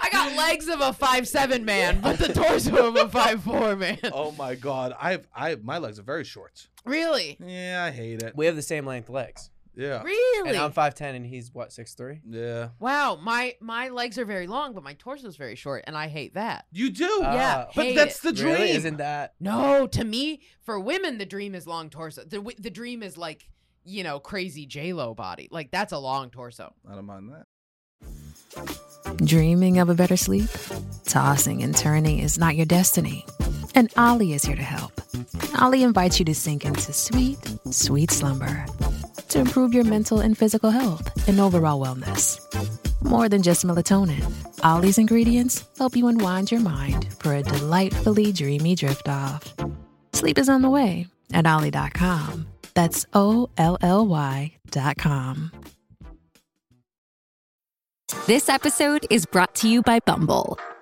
S3: I got legs of a five seven man, but the torso of a five four
S2: [LAUGHS]
S3: man.
S1: oh my god, I've I my legs are very short.
S3: Really,
S1: Yeah, I hate it.
S2: We have the same length legs,
S1: Yeah.
S3: really.
S2: and I'm five ten, and he's what six three.
S1: Yeah.
S3: wow, my my legs are very long, but my torso is very short, and I hate that.
S1: You do. Ah.
S3: yeah,
S2: Oh.
S1: but
S3: hate
S1: that's
S3: it.
S1: the dream.
S2: Really? Isn't
S3: [LAUGHS]
S2: that?
S3: No, to me, for women, the dream is long torso. The w- the dream is like you know crazy J Lo body. Like that's a
S1: [LAUGHS]
S3: long torso.
S1: I don't mind that.
S5: Dreaming of a better sleep? Tossing and turning is not your destiny. And Ollie is here to help. Ollie invites you to sink into sweet, sweet slumber to improve your mental and physical health and overall wellness. More than just melatonin, Ollie's ingredients help you unwind your mind for a delightfully dreamy drift off. Sleep is on the way at Ollie.com. That's O L L Y.com.
S6: This episode is brought to you by Bumble.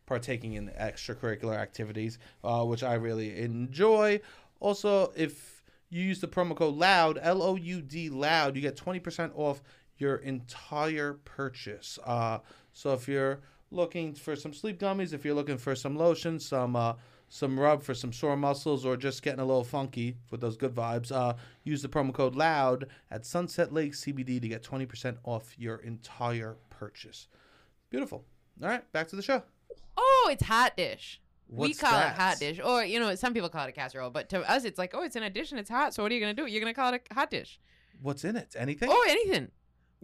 S1: partaking in extracurricular activities, uh, which I really enjoy. Also, if you use the promo code LOUD, L O U D LOUD, you get 20% off your entire purchase. Uh, so if you're looking for some sleep gummies, if you're looking for some lotion, some uh, some rub for some sore muscles, or just getting a little funky with those good vibes, uh, use the promo code LOUD at Sunset Lake CBD to get 20% off your entire purchase. Beautiful. All right, back to the show.
S3: oh, it's hot dish. we
S2: What's
S3: call
S2: that?
S3: it hot dish, or you know, some people call it a casserole, but to us, it's like, oh, it's in a dish and it's hot. So what are you gonna do? You're gonna call it a hot dish?
S1: What's in it? Anything?
S3: Oh, anything.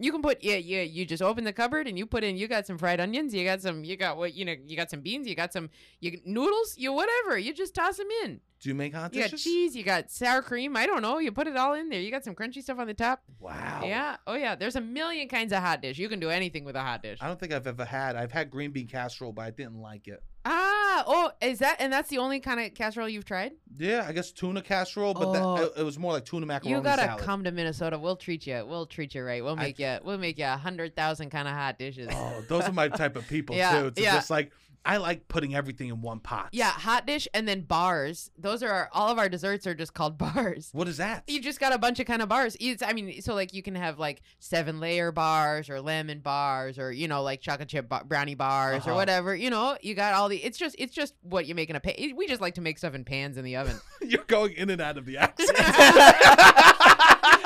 S3: You can put yeah, yeah. You just open the cupboard and you put in. You got some fried onions. You got some. You got what? You know. You got some beans. You got some. You noodles. You whatever. You just toss them in.
S1: Do you make hot
S3: You got
S1: dishes?
S3: cheese. You got sour cream. I don't know. You put it all in there. You got some crunchy stuff on the top.
S1: Wow.
S3: Yeah. Oh yeah. There's a million kinds of hot dish. You can do anything with a hot dish.
S1: I don't think I've ever had. I've had green bean casserole, but I didn't like it.
S3: Ah. Oh, is that? And that's the only kind of casserole you've tried.
S1: Yeah, I guess tuna casserole, but
S3: Oh.
S1: that, it, it was more like tuna macaroni
S3: You gotta
S1: salad.
S3: come to Minnesota. We'll treat you. We'll treat you right. We'll
S1: I-
S3: make you. We'll make you a hundred thousand kind of hot dishes.
S1: Oh, those are my type of people
S3: [LAUGHS] Yeah,
S1: too. It's
S3: yeah.
S1: just like I like putting everything in one pot.
S3: Yeah, hot dish and then bars. Those are our, all of our desserts are just called [LAUGHS] bars.
S1: What is that?
S3: You just got a bunch of kind of bars. It's, I mean, so like you can have like seven layer bars or lemon bars or you know like chocolate chip bar- brownie bars or
S1: Uh-huh.
S3: whatever. You know, you got all the. It's just it's just what you make in a pan. We just like to make stuff in pans in the oven.
S1: [LAUGHS] You're going in and out
S3: [LAUGHS]
S1: of the accent. [LAUGHS]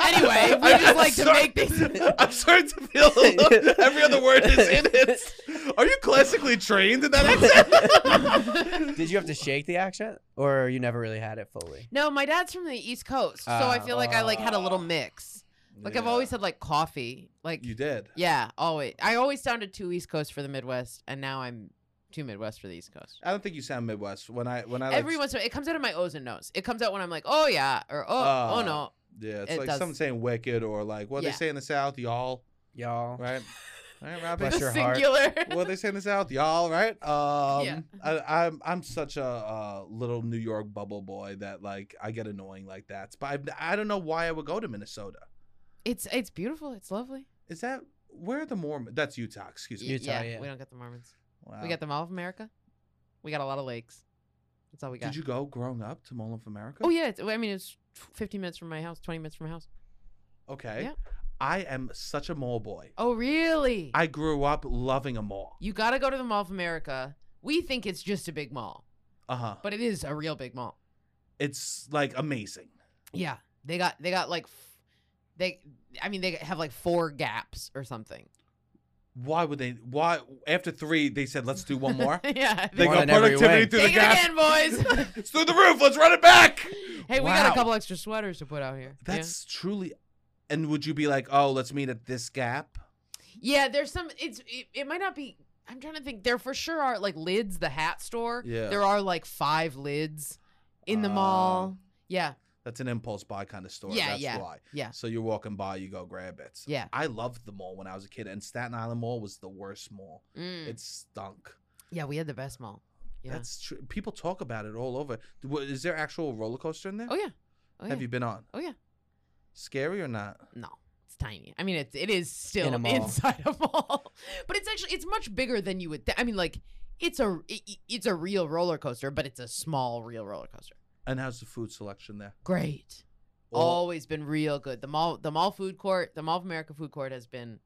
S3: Anyway, we
S1: I'm
S3: just like to
S1: sorry-
S3: make things.
S1: [LAUGHS] I'm starting to
S3: [LAUGHS]
S1: feel a little- every other word is in it. Are you classically trained in
S3: [LAUGHS]
S1: that accent?
S2: Did you have to shake the accent, or you never really had it fully?
S3: No, my dad's from the East Coast, so I
S2: Ah.
S3: feel like I like had a little mix. Like I've
S1: Yeah.
S3: always had like coffee, like
S1: You did.
S3: yeah, always. I always sounded too East Coast for the Midwest, and now I'm too Midwest for the East Coast.
S1: I don't think you sound Midwest. When I when I like,
S3: Every once in a while, it comes out of my O's and nose. It comes out when I'm like, oh yeah, or oh oh
S1: Ah.
S3: no,
S1: yeah, it's
S3: it
S1: like
S3: does.
S1: someone saying wicked or like what
S3: Yeah.
S1: they say in the South, y'all,
S2: Y'all,
S3: [LAUGHS]
S1: right? Right, Robin.
S2: Bless
S3: the
S2: your heart.
S3: singular.
S1: Well, they say in the South, y'all, right? Um,
S3: Yeah.
S1: I, I'm I'm such a uh, little New York bubble boy that like I get annoying like that. But I've, I don't know why I would go to Minnesota.
S3: [LAUGHS] it's it's beautiful. It's lovely.
S1: Is that where are the Mormon? That's Utah. Ah. Excuse me.
S3: Y-
S2: Utah, yeah.
S3: we don't get the Mormons.
S1: Wow.
S3: We got the Mall of America. We got a lot of lakes. That's all we got.
S1: Did you go growing up to Mall of America?
S3: oh yeah, it's, I mean it's 15 minutes from my house, 20 minutes from my house.
S1: Okay.
S3: Yeah.
S1: I am such a mall boy.
S3: Oh really?
S1: I grew up loving a mall.
S3: You got to go to the Mall of America. We think it's just a big mall,
S1: Uh huh.
S3: but it is a real big mall.
S1: It's like amazing.
S3: Yeah, they got they got like f- they I mean they have like four gaps or something. [LAUGHS]
S1: Why would they? Why after three they said let's do one
S3: [LAUGHS]
S1: more?
S3: yeah.
S1: They
S2: More
S1: go
S2: than every
S1: productivity
S2: way.
S1: through the
S3: Take it
S1: gap.
S3: again, boys. [LAUGHS]
S1: it's through the roof. Let's run it back.
S3: hey, we got
S1: Wow.
S3: a couple extra sweaters to put out here. Yeah.
S1: That's truly. And would you be like, oh, let's meet at this gap?
S3: Yeah, there's some. It's it, it might not be. I'm trying to think. There for sure are like lids, the hat store.
S1: Yeah.
S3: There are like five lids in the
S1: Ah.
S3: mall. Yeah,
S1: That's an impulse buy kind of store.
S3: Yeah,
S1: That's
S3: yeah,
S1: why.
S3: yeah.
S1: So you're walking by, you go grab it.
S3: Yeah.
S1: I loved the mall when I was a kid, and Staten Island Mall was the worst mall.
S3: Mm.
S1: It stunk.
S3: yeah. We had the best mall. Yeah.
S1: That's true. People talk about it all over. D- wha- Is there actual roller coaster in there?
S3: oh yeah. Oh,
S1: Have
S3: yeah.
S1: you been on?
S3: Oh yeah.
S1: Scary or not?
S3: No, it's tiny. I mean, it's it is still
S2: In a mall.
S3: inside a [LAUGHS] mall, but it's actually it's much bigger than you would. Th- I mean, like it's a it- it's a real roller coaster, but it's a small real roller coaster.
S1: And how's the food selection there?
S3: Great,
S1: All-
S3: always been real good. The mall the mall food court, the Mall of America food court has been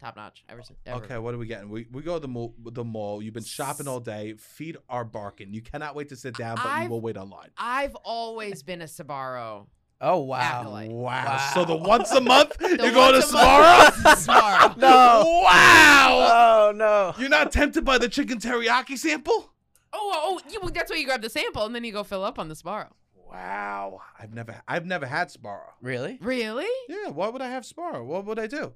S3: top notch ever since. Ever.
S1: Okay, what are we getting? We, we go to the mall, the mall. You've been shopping all day. Feet are barking. You cannot wait to sit down, but you
S3: I've-
S1: will wait online.
S3: I've always been
S1: [LAUGHS]
S3: a Sabaro.
S2: Oh wow.
S3: Acolyte.
S1: Wow.
S2: Wow.
S1: So the once a month you
S3: [LAUGHS] The
S1: go to
S3: once a month-
S1: Sbarro?
S3: [LAUGHS] Sbarro.
S2: No.
S1: Wow.
S2: Oh no.
S1: You're not tempted by the chicken teriyaki sample?
S3: Oh, oh, you, well, that's why you grab the sample and then you go fill up on the Sbarro.
S1: Wow. I've never I've never had Sbarro.
S2: Really?
S3: Really?
S1: Yeah, why would I have Sbarro? What would I do?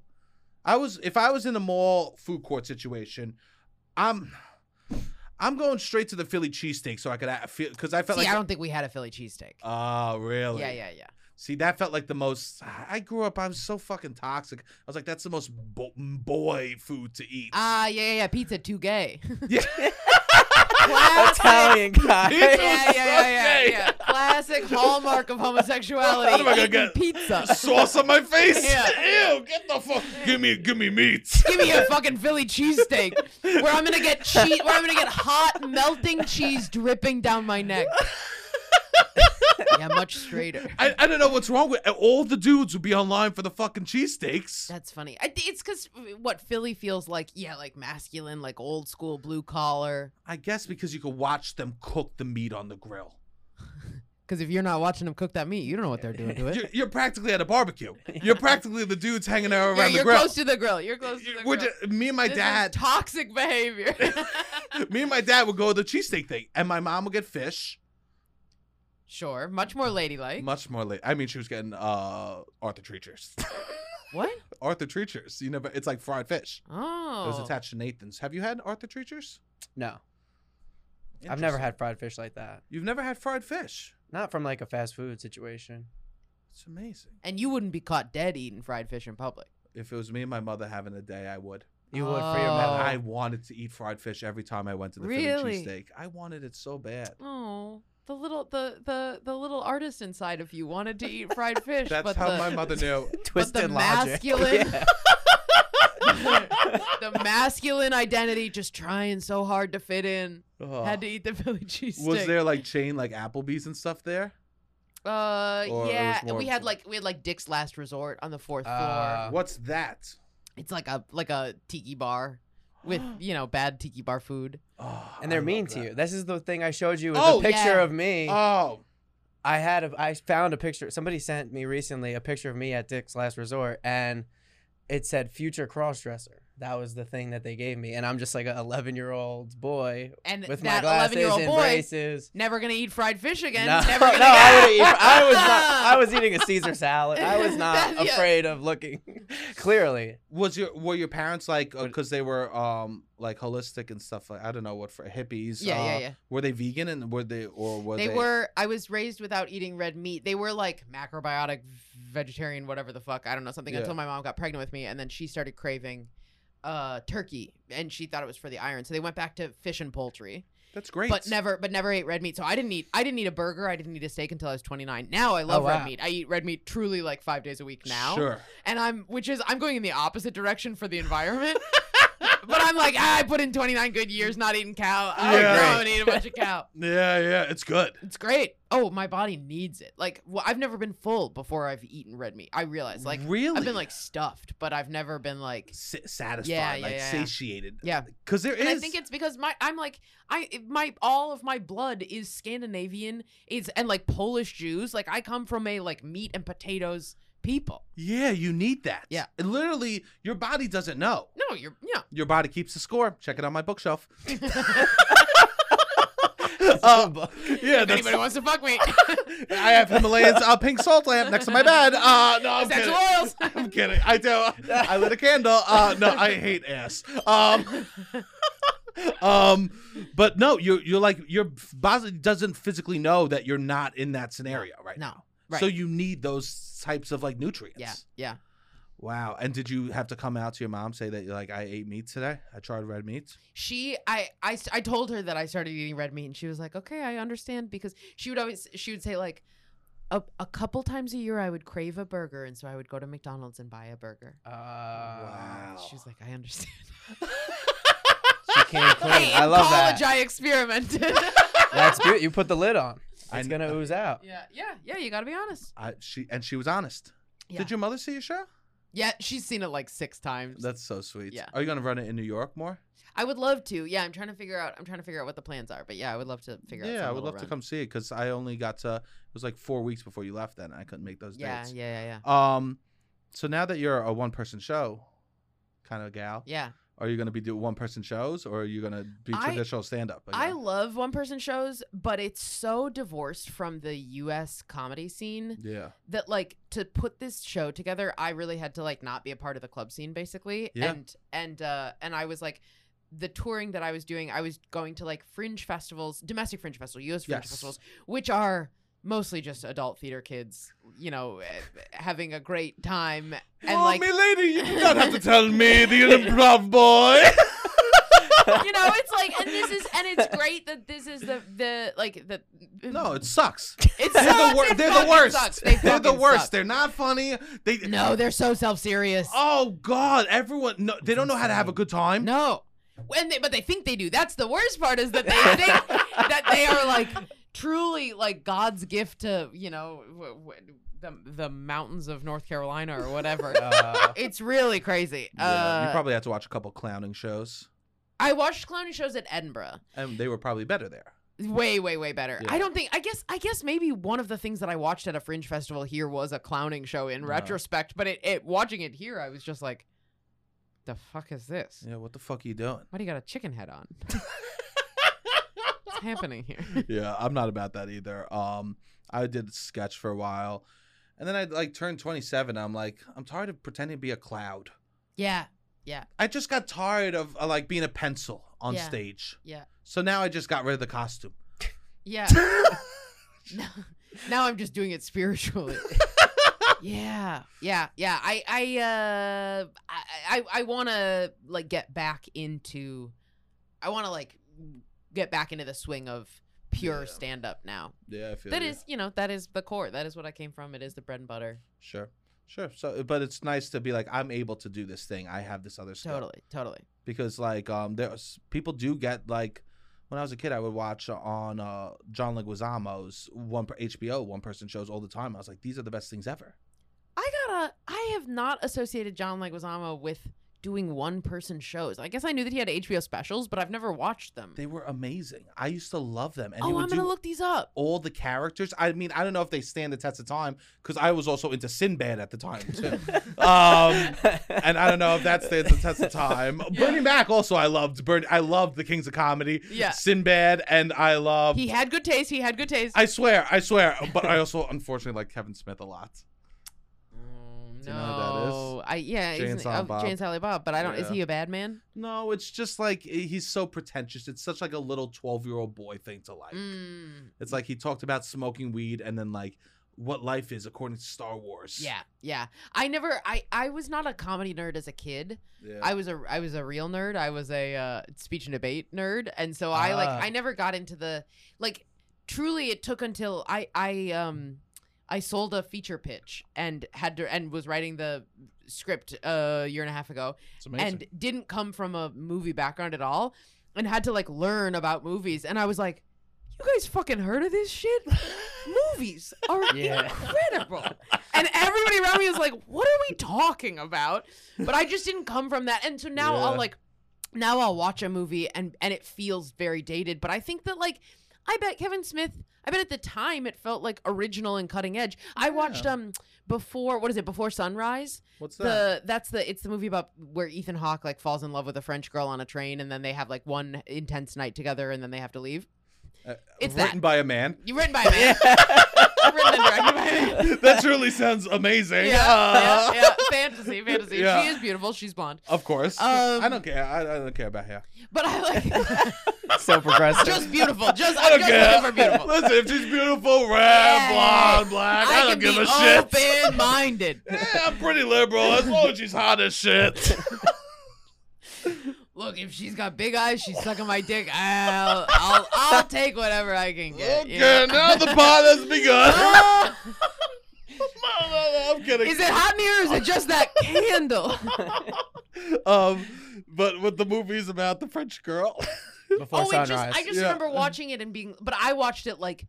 S1: I was if I was in a mall food court situation, I'm I'm going straight to the Philly cheesesteak so I could a- feel because I felt
S3: See,
S1: like
S3: I don't think we had a Philly cheesesteak.
S1: Oh, really?
S3: yeah, yeah, yeah.
S1: See, that felt like the most. I grew up. I was so fucking toxic. I was like, that's the most bo- boy food to eat.
S3: Ah, yeah, yeah, yeah. Pizza too gay. [LAUGHS]
S1: Yeah.
S2: Italian
S3: [LAUGHS]
S2: guy.
S3: yeah, yeah, yeah, yeah,
S1: Okay.
S3: yeah. Classic hallmark
S1: [LAUGHS]
S3: of homosexuality.
S1: How am I gonna
S3: eating
S1: get- [LAUGHS]
S3: pizza?
S1: [LAUGHS] Sauce on my face.
S3: [LAUGHS] Yeah.
S1: Ew! Get the fuck. Give me, give me meat.
S3: Give me a fucking Philly cheesesteak where I'm gonna get cheese, where I'm gonna get hot melting cheese dripping down my neck. yeah, much straighter.
S1: I, I don't know what's wrong with all the dudes would be online for the fucking cheesesteaks.
S3: That's funny. I, thi- it's because what Philly feels like, yeah, like masculine, like old school blue collar.
S1: I guess because you could watch them cook the meat on the
S3: [LAUGHS]
S1: grill.
S3: Because if you're not watching them cook that meat, you don't know what they're doing to
S1: [LAUGHS]
S3: it.
S1: You're, you're practically at a barbecue. You're practically the dudes hanging out Oh, around
S3: yeah, you're
S1: the grill.
S3: close to the grill. You're close to the
S1: We're
S3: grill.
S1: ju- me and my
S3: This is
S1: dad.
S3: toxic behavior. [LAUGHS]
S1: Me and my dad would go to the cheesesteak thing, and my mom would get fish.
S3: Sure, much more ladylike.
S1: Much more late. I mean, she was getting uh Arthur Treacher's. [LAUGHS]
S3: what?
S1: Arthur Treacher's. You never. It's like fried fish.
S3: Oh,
S1: It was attached to Nathan's. Have you had Arthur Treacher's?
S2: No, I've never
S1: Interesting.
S2: had fried fish like that.
S1: You've never had fried fish.
S2: Not from like a fast food situation.
S1: It's amazing.
S3: And you wouldn't be caught dead eating fried fish in public.
S1: If it was me and my mother having a day, I would.
S2: You would for your
S3: Oh.
S1: And I
S2: mouth.
S1: wanted to eat fried fish every time I went to the
S3: Really?
S1: Philly cheesesteak. I wanted it so bad.
S3: Oh, the little the the the little artist inside of you wanted to eat
S1: [LAUGHS]
S3: fried fish.
S1: That's
S3: but
S1: how
S3: the,
S1: my mother
S2: [LAUGHS]
S1: knew.
S3: But the
S2: Twisted logic. [LAUGHS]
S3: masculine.
S1: [LAUGHS]
S2: Yeah.
S3: [LAUGHS] the masculine identity just trying so hard to fit in. Had to
S1: Ugh.
S3: eat the Philly cheesesteak.
S1: Oh. Was there like chain like Applebee's and stuff there?
S3: Uh,
S1: Or it
S3: yeah,
S1: was more
S3: we had
S1: of-
S3: like we had like Dick's Last Resort on the fourth
S2: Uh,
S3: floor.
S1: What's that?
S3: It's like a like a tiki bar with you know bad tiki bar food.
S1: Oh,
S2: and they're
S1: I
S2: mean
S1: love
S2: to
S1: that.
S2: you. This is the thing I showed you. Is
S3: Oh,
S2: a picture
S3: yeah.
S2: of me.
S1: Oh,
S2: I had a, I found a picture. Somebody sent me recently a picture of me at Dick's Last Resort, and it said future crossdresser. That was the thing that they gave me, and I'm just like an 11 year old boy
S3: And
S2: with my
S3: that
S2: glasses
S3: eleven-year-old
S2: and
S3: boy
S2: braces.
S3: never gonna eat fried fish again.
S2: No,
S3: Never
S2: [LAUGHS]
S3: gonna
S2: no, I, would've eat- I was
S3: [LAUGHS]
S2: not, I
S3: Ah!
S2: was eating a Caesar salad. I
S3: [LAUGHS]
S2: was not
S3: Yeah.
S2: afraid of looking. [LAUGHS] Clearly,
S1: was your were your parents like because they were um like holistic and stuff like I don't know what for hippies?
S3: Yeah, yeah,
S1: uh,
S3: yeah.
S1: Were they vegan and were they or were
S3: they,
S1: they,
S3: were. I was raised without eating red meat. They were like macrobiotic, vegetarian, whatever the fuck. I don't know something
S1: Yeah.
S3: until my mom got pregnant with me, and then she started craving uh turkey, and she thought it was for the iron. So they went back to fish and poultry,
S1: That's great.
S3: but never, but never ate red meat. So I didn't eat. I didn't eat a burger. I didn't eat a steak until I was 29. Now I love red
S2: wow.
S3: meat. I eat red meat truly like five days a week now.
S1: Oh, Sure.
S3: and I'm which is I'm going in the opposite direction for the environment.
S1: [LAUGHS]
S3: but I'm like, ah, I put in 29 good years not eating cow. Oh, I
S1: Yeah.
S3: yeah. don't eat a bunch of
S1: [LAUGHS]
S3: cow.
S1: Yeah, yeah. It's good.
S3: It's great. Oh, my body needs it. Like wh- I've never been full before I've eaten red meat. I realize, like,
S1: Really?
S3: I've been like stuffed, but I've never been like.
S1: S- satisfied,
S3: Yeah, yeah,
S1: like
S3: yeah, yeah.
S1: satiated.
S3: Yeah.
S1: Because there is.
S3: And I think it's because my I'm like I it- my all of my blood is Scandinavian, is and like Polish Jews. Like I come from a like meat and potatoes people.
S1: yeah, you need that.
S3: Yeah.
S1: And literally, your body doesn't know.
S3: No, you're yeah.
S1: Your body keeps the score. Check it on my bookshelf.
S3: [LAUGHS]
S1: [LAUGHS]
S2: Uh,
S1: yeah,
S3: If
S1: that's,
S3: anybody wants to fuck
S1: [LAUGHS]
S3: me, [LAUGHS]
S1: I have Himalayan's uh, pink salt lamp next to my bed. Uh, no, I'm
S3: essential
S1: kidding.
S3: oils.
S1: [LAUGHS] I'm kidding. I do. I lit a candle. Uh, no, I hate ass. Um, [LAUGHS] um, but no, you're you're like your body doesn't physically know that you're not in that scenario right
S3: No,
S1: now.
S3: right.
S1: So you need those types of like nutrients.
S3: Yeah, yeah.
S1: Wow. And did you have to come out to your mom say that like I ate meat today? I tried red meat.
S3: She, I, I, s- I told her that I started eating red meat, and she was like, "Okay, I understand." Because she would always, she would say like, a, a couple times a year, I would crave a burger, and so I would go to McDonald's and buy a burger.
S2: Uh, wow.
S3: She was like, "I understand." [LAUGHS]
S2: She came clean.
S3: Hey,
S2: I
S3: in
S2: love
S3: college,
S2: that.
S3: I
S1: [LAUGHS]
S3: experimented.
S2: That's beautiful. You put the lid on.
S1: I
S2: It's
S1: kn-
S2: gonna
S1: [LAUGHS]
S2: ooze out.
S3: yeah, yeah, yeah. You gotta be honest.
S1: I, she and she was honest.
S3: Yeah.
S1: Did your mother see your show?
S3: Yeah, she's seen it like six times.
S1: That's so sweet.
S3: Yeah.
S1: Are you gonna run it in New York more?
S3: I would love to. Yeah, I'm trying to figure out. I'm trying to figure out what the plans are. But yeah, I would love to figure out.
S1: yeah,
S3: some
S1: I would
S3: little
S1: love to
S3: run.
S1: come see it because I only got to. It was like four weeks before you left, then I couldn't make those
S3: Yeah,
S1: dates.
S3: yeah, yeah, yeah.
S1: Um, so now that you're a one person show kind of gal,
S3: Yeah.
S1: are you gonna be doing one person shows or are you gonna be
S3: I-
S1: traditional stand up?
S3: I love one person shows, but it's so divorced from the US comedy scene
S1: yeah,
S3: that like to put this show together, I really had to like not be a part of the club scene basically.
S1: Yeah.
S3: And and uh and I was like the touring that I was doing, I was going to like fringe festivals, domestic fringe festival, US fringe
S1: Yes.
S3: festivals, which are mostly just adult theater kids, you know, eh, having a great time and like [LAUGHS]
S1: lady, Oh, you do not have to tell me the improv boy. [LAUGHS]
S3: you know, it's like and this is and it's great that this is the the like the
S1: no, it sucks.
S3: It
S1: They're
S3: sucks.
S1: the, wor-
S3: It
S1: they're the
S3: fucking
S1: worst.
S3: sucks. They
S1: They are the
S3: fucking
S1: worst. [LAUGHS]
S3: suck.
S1: They're not funny. They
S3: no, they're so self serious.
S1: [LAUGHS] Oh God! Everyone, no, they don't know how to have a good time.
S3: No, when they but they think they do. That's the worst part is that they
S1: [LAUGHS]
S3: think that they are like truly like God's gift to you know w- w- the the mountains of North Carolina or
S1: [LAUGHS]
S3: whatever.
S2: Uh,
S3: it's really crazy.
S1: Yeah, you
S3: Uh,
S1: probably had to watch a couple clowning shows,
S3: I watched clowning shows at Edinburgh.
S1: and they were probably better there.
S3: way way way better
S1: Yeah.
S3: i don't think i guess i guess maybe one of the things that i watched at a fringe festival here was a clowning show in
S1: No.
S3: retrospect but it, it watching it here i was just like the fuck is this
S1: Yeah, what the fuck are you doing?
S3: [LAUGHS] why do you got a chicken head on happening here?
S1: yeah, I'm not about that either. Um, I did sketch for a while, and then I like turned 27. I'm like, I'm tired of pretending to be a cloud.
S3: Yeah, yeah,
S1: I just got tired of uh, like being a pencil on
S3: Yeah.
S1: stage.
S3: yeah,
S1: So now I just got rid of the
S3: [LAUGHS]
S1: costume.
S3: yeah. now I'm just doing it [LAUGHS] spiritually. yeah, yeah, yeah. I, I, uh, I, I, I want to like get back into. I want to like get back into the swing of pure
S1: Yeah.
S3: stand up now.
S1: yeah, I feel
S3: That
S1: you.
S3: is, you know, that is the core. That is what I came from. It is the bread and butter.
S1: sure, sure. So, but it's nice to be like, I'm able to do this thing. I have this other stuff.
S3: Totally, totally.
S1: because like um there's people do get like when I was a kid I would watch on uh John Leguizamo's one per- HBO one person shows all the time. I was like these are the best things ever.
S3: I gotta. I have not associated John Leguizamo with doing one person shows. I guess I knew that he had HBO specials, but I've never watched them.
S1: They were amazing. I used to love them and he
S3: oh,
S1: would
S3: I'm gonna
S1: do
S3: look these up.
S1: all the characters. I mean, I don't know if they stand the test of time cuz I was also into Sinbad at the time
S3: [LAUGHS]
S1: too. um and I don't know if that stands the test of
S3: [LAUGHS]
S1: time. Bernie Mac also I loved Bernie I loved the Kings of Comedy,
S3: Yeah.
S1: Sinbad and I love
S3: He had good taste. He had good taste.
S1: I swear, I swear. But I also unfortunately like Kevin Smith a lot.
S3: Mm,
S1: Do you know who that is?
S3: no. I yeah,
S1: Jay and
S3: isn't-
S1: Silent
S3: oh, Jay
S1: Bob.
S3: and Silent Bob. But I don't. Is
S1: Yeah.
S3: he a bad man?
S1: No, it's just like i- he's so pretentious. It's such like a little twelve-year-old boy thing to like.
S3: Mm,
S1: It's like he talked about smoking weed and then like what life is according to Star Wars.
S3: yeah, yeah. I never. I I was not a comedy nerd as a kid.
S1: yeah.
S3: I was a I was a real nerd. I was a uh, speech and debate nerd, and so I like
S2: Ah.
S3: I never got into the like. Truly, it took until I I um I sold a feature pitch and had to and was writing the script a year and a half ago,
S1: it's amazing.
S3: and didn't come from a movie background at all, and had to like learn about movies, and I was like. You guys fucking heard of
S1: [LAUGHS]
S3: this shit? Movies are
S2: Yeah.
S3: incredible. And everybody around me was like, what are we talking about? But I just didn't come from that. And so now
S1: Yeah.
S3: I'll like now I'll watch a movie and and it feels very dated, but I think that like I bet Kevin Smith I bet at the time it felt like original and cutting edge. I watched
S1: Yeah.
S3: um before what is it? Before sunrise?
S1: What's that?
S3: The that's the it's the movie about where Ethan Hawke like falls in love with a French girl on a train and then they have like one intense night together and then they have to leave.
S1: Uh,
S3: it's
S1: written
S3: that.
S1: by a
S3: [LAUGHS]
S1: man.
S3: You written by
S1: [LAUGHS]
S3: a man. written and directed by a man.
S1: that truly sounds amazing.
S3: Yeah,
S1: Uh,
S3: yeah, yeah. fantasy, fantasy.
S1: Yeah.
S3: She is beautiful. She's blonde,
S1: [LAUGHS] Of course.
S3: Um,
S1: I don't care. I, I don't care about hair.
S3: but I like [LAUGHS]
S2: so progressive.
S3: just beautiful. Just
S1: I don't
S3: just
S1: care.
S3: looking for
S1: [LAUGHS]
S3: beautiful.
S1: Listen, if she's beautiful, red,
S3: Yeah, yeah.
S1: blonde, black, I, don't
S3: can
S1: give
S3: be
S1: a shit.
S3: Open-minded.
S1: [LAUGHS] Yeah, I'm pretty liberal as long as she's hot as
S3: [LAUGHS]
S1: shit.
S3: Look, if she's got big eyes, she's sucking my dick. I'll, I'll, I'll take whatever I can get.
S1: Okay,
S3: you know?
S1: now the pot has begun.
S3: [LAUGHS]
S1: [LAUGHS] I'm kidding.
S3: Is it hot in here? Or is it
S1: [LAUGHS]
S3: just that candle?
S1: um, but what the movie's about the French
S3: [LAUGHS]
S1: girl.
S2: [LAUGHS] Before
S3: oh, it just,
S2: sunrise.
S3: I just
S1: Yeah.
S3: remember watching it and being, but I watched it like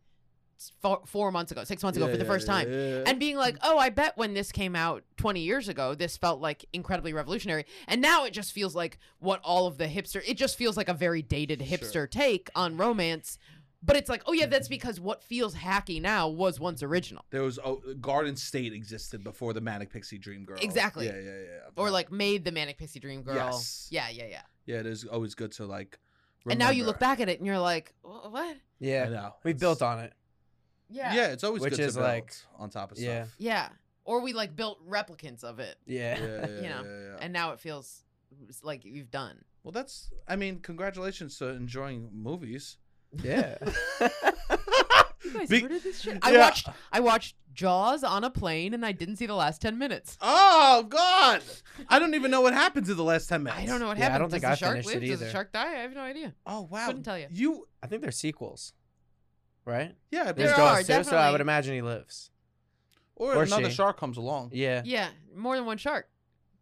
S3: s- four, four months ago, six months ago for the first time. and being like, "Oh, I bet when this came out 20 years ago, this felt like incredibly revolutionary." And now it just feels like what all of the hipster it just feels like a very dated hipster take on romance. But it's like, "Oh yeah, that's because what feels hacky now was once original."
S1: there was oh, Garden State existed before the Manic Pixie Dream Girl.
S3: Exactly.
S1: Yeah, yeah, yeah.
S3: Or like made the manic pixie dream girl.
S1: Yes.
S3: Yeah, yeah, yeah.
S1: yeah, it is always good to like.
S3: And now you
S1: remember.
S3: look back at it and you're like, "Wh- "What?"
S1: I
S2: yeah.
S1: know
S2: We
S1: it's-
S2: built on it.
S1: Yeah, it's always
S2: Which
S1: good
S2: is
S1: to build
S2: like-
S1: on top of
S2: yeah.
S1: stuff.
S3: Yeah. Or we like built replicants of it.
S2: Yeah. [LAUGHS]
S3: [LAUGHS]
S1: Yeah, yeah,
S3: You know,
S1: yeah, yeah.
S3: And now it feels like you've done.
S1: well, that's. I mean, congratulations to enjoying movies.
S2: Yeah.
S1: Be-
S3: I
S1: Yeah.
S3: watched I watched Jaws on a plane and I didn't see the last ten minutes.
S1: Oh God! I don't even know what happens in the last ten minutes.
S3: I don't know what
S2: Yeah, I don't
S3: happened.
S2: think
S3: Does the
S2: I
S3: shark
S2: finished
S3: live?
S2: it
S3: Does the
S2: either.
S3: shark die? I have no idea.
S1: Oh wow!
S3: Couldn't tell you.
S1: You
S2: I think they're sequels, right?
S1: yeah, I
S3: There
S2: There's
S1: believe-
S3: are,
S2: Jaws too, so I
S3: definitely.
S2: would imagine he lives.
S1: or,
S2: or
S1: another
S2: she.
S1: shark comes along.
S2: Yeah.
S3: Yeah, more than one shark.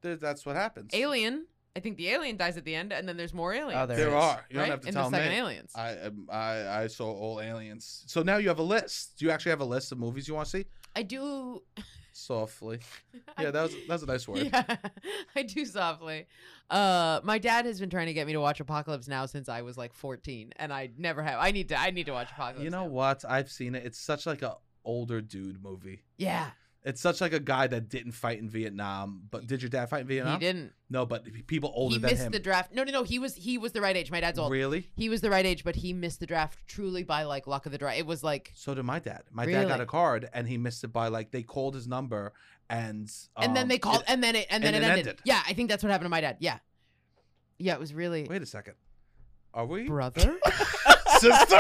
S1: Th- That's what happens.
S3: Alien. I think the alien dies at the end, and then there's more aliens.
S2: Oh, there,
S1: There
S2: it is.
S1: are. You
S3: right?
S1: don't have to
S3: in
S1: tell
S3: the second
S1: me.
S3: aliens. I,
S1: I, um, I I saw all aliens. So now you have a list. Do you actually have a list of movies you want to see?
S3: do. [LAUGHS]
S1: Softly. Yeah, that was that's a nice word.
S3: Yeah, [LAUGHS] I do softly. Uh, my dad has been trying to get me to watch Apocalypse Now since I was like 14, and I never have. I need to. I need to watch Apocalypse.
S1: You know
S3: Now.
S1: what? I've seen it. It's such like a older dude movie.
S3: Yeah.
S1: It's such like a guy that didn't fight in Vietnam, but did your dad fight in Vietnam?
S3: He didn't.
S1: No, but people older
S3: He
S1: than
S3: missed
S1: him.
S3: the draft. No, no, no. He was he was the right age. My dad's old.
S1: Really?
S3: He was the right age, but he missed the draft truly by like luck of the draw. It was like,
S1: So did my dad. My dad got
S3: Really?
S1: a card and he missed it by like they called his number and
S3: and
S1: um,
S3: then they called,
S1: it-
S3: and then it, and then
S1: and
S3: it,
S1: it
S3: ended.
S1: ended.
S3: Yeah, I think that's what happened to my dad. Yeah, yeah. It was really
S1: Wait a second. Are we
S3: brother.
S1: [LAUGHS]
S3: [LAUGHS]
S1: sister?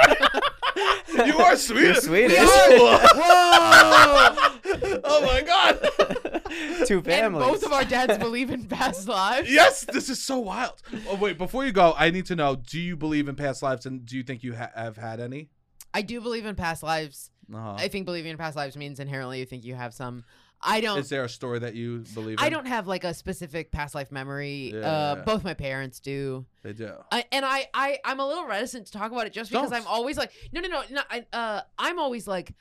S1: [LAUGHS] you
S2: [LAUGHS]
S1: are Swedish.
S2: Swedish.
S3: [LAUGHS]
S1: Whoa! oh my god.
S2: [LAUGHS] Two
S3: and
S2: families.
S3: both of our
S1: [LAUGHS]
S3: dads believe in past lives.
S1: Yes, this is so wild. Oh, wait, before you go, I need to know: Do you believe in past lives, and do you think you ha- have had any?
S3: I do believe in past lives.
S1: Uh-huh.
S3: I think believing in past lives means inherently you think you have some. I don't.
S1: Is there a story that you believe? in?
S3: I don't have like a specific past life memory.
S1: Yeah,
S3: uh,
S1: yeah.
S3: Both my parents do.
S1: They do.
S3: I, and I, I, I'm a little reticent to talk about it just because
S1: Don't.
S3: I'm always like, no, no, no, no. I, uh, I'm always like,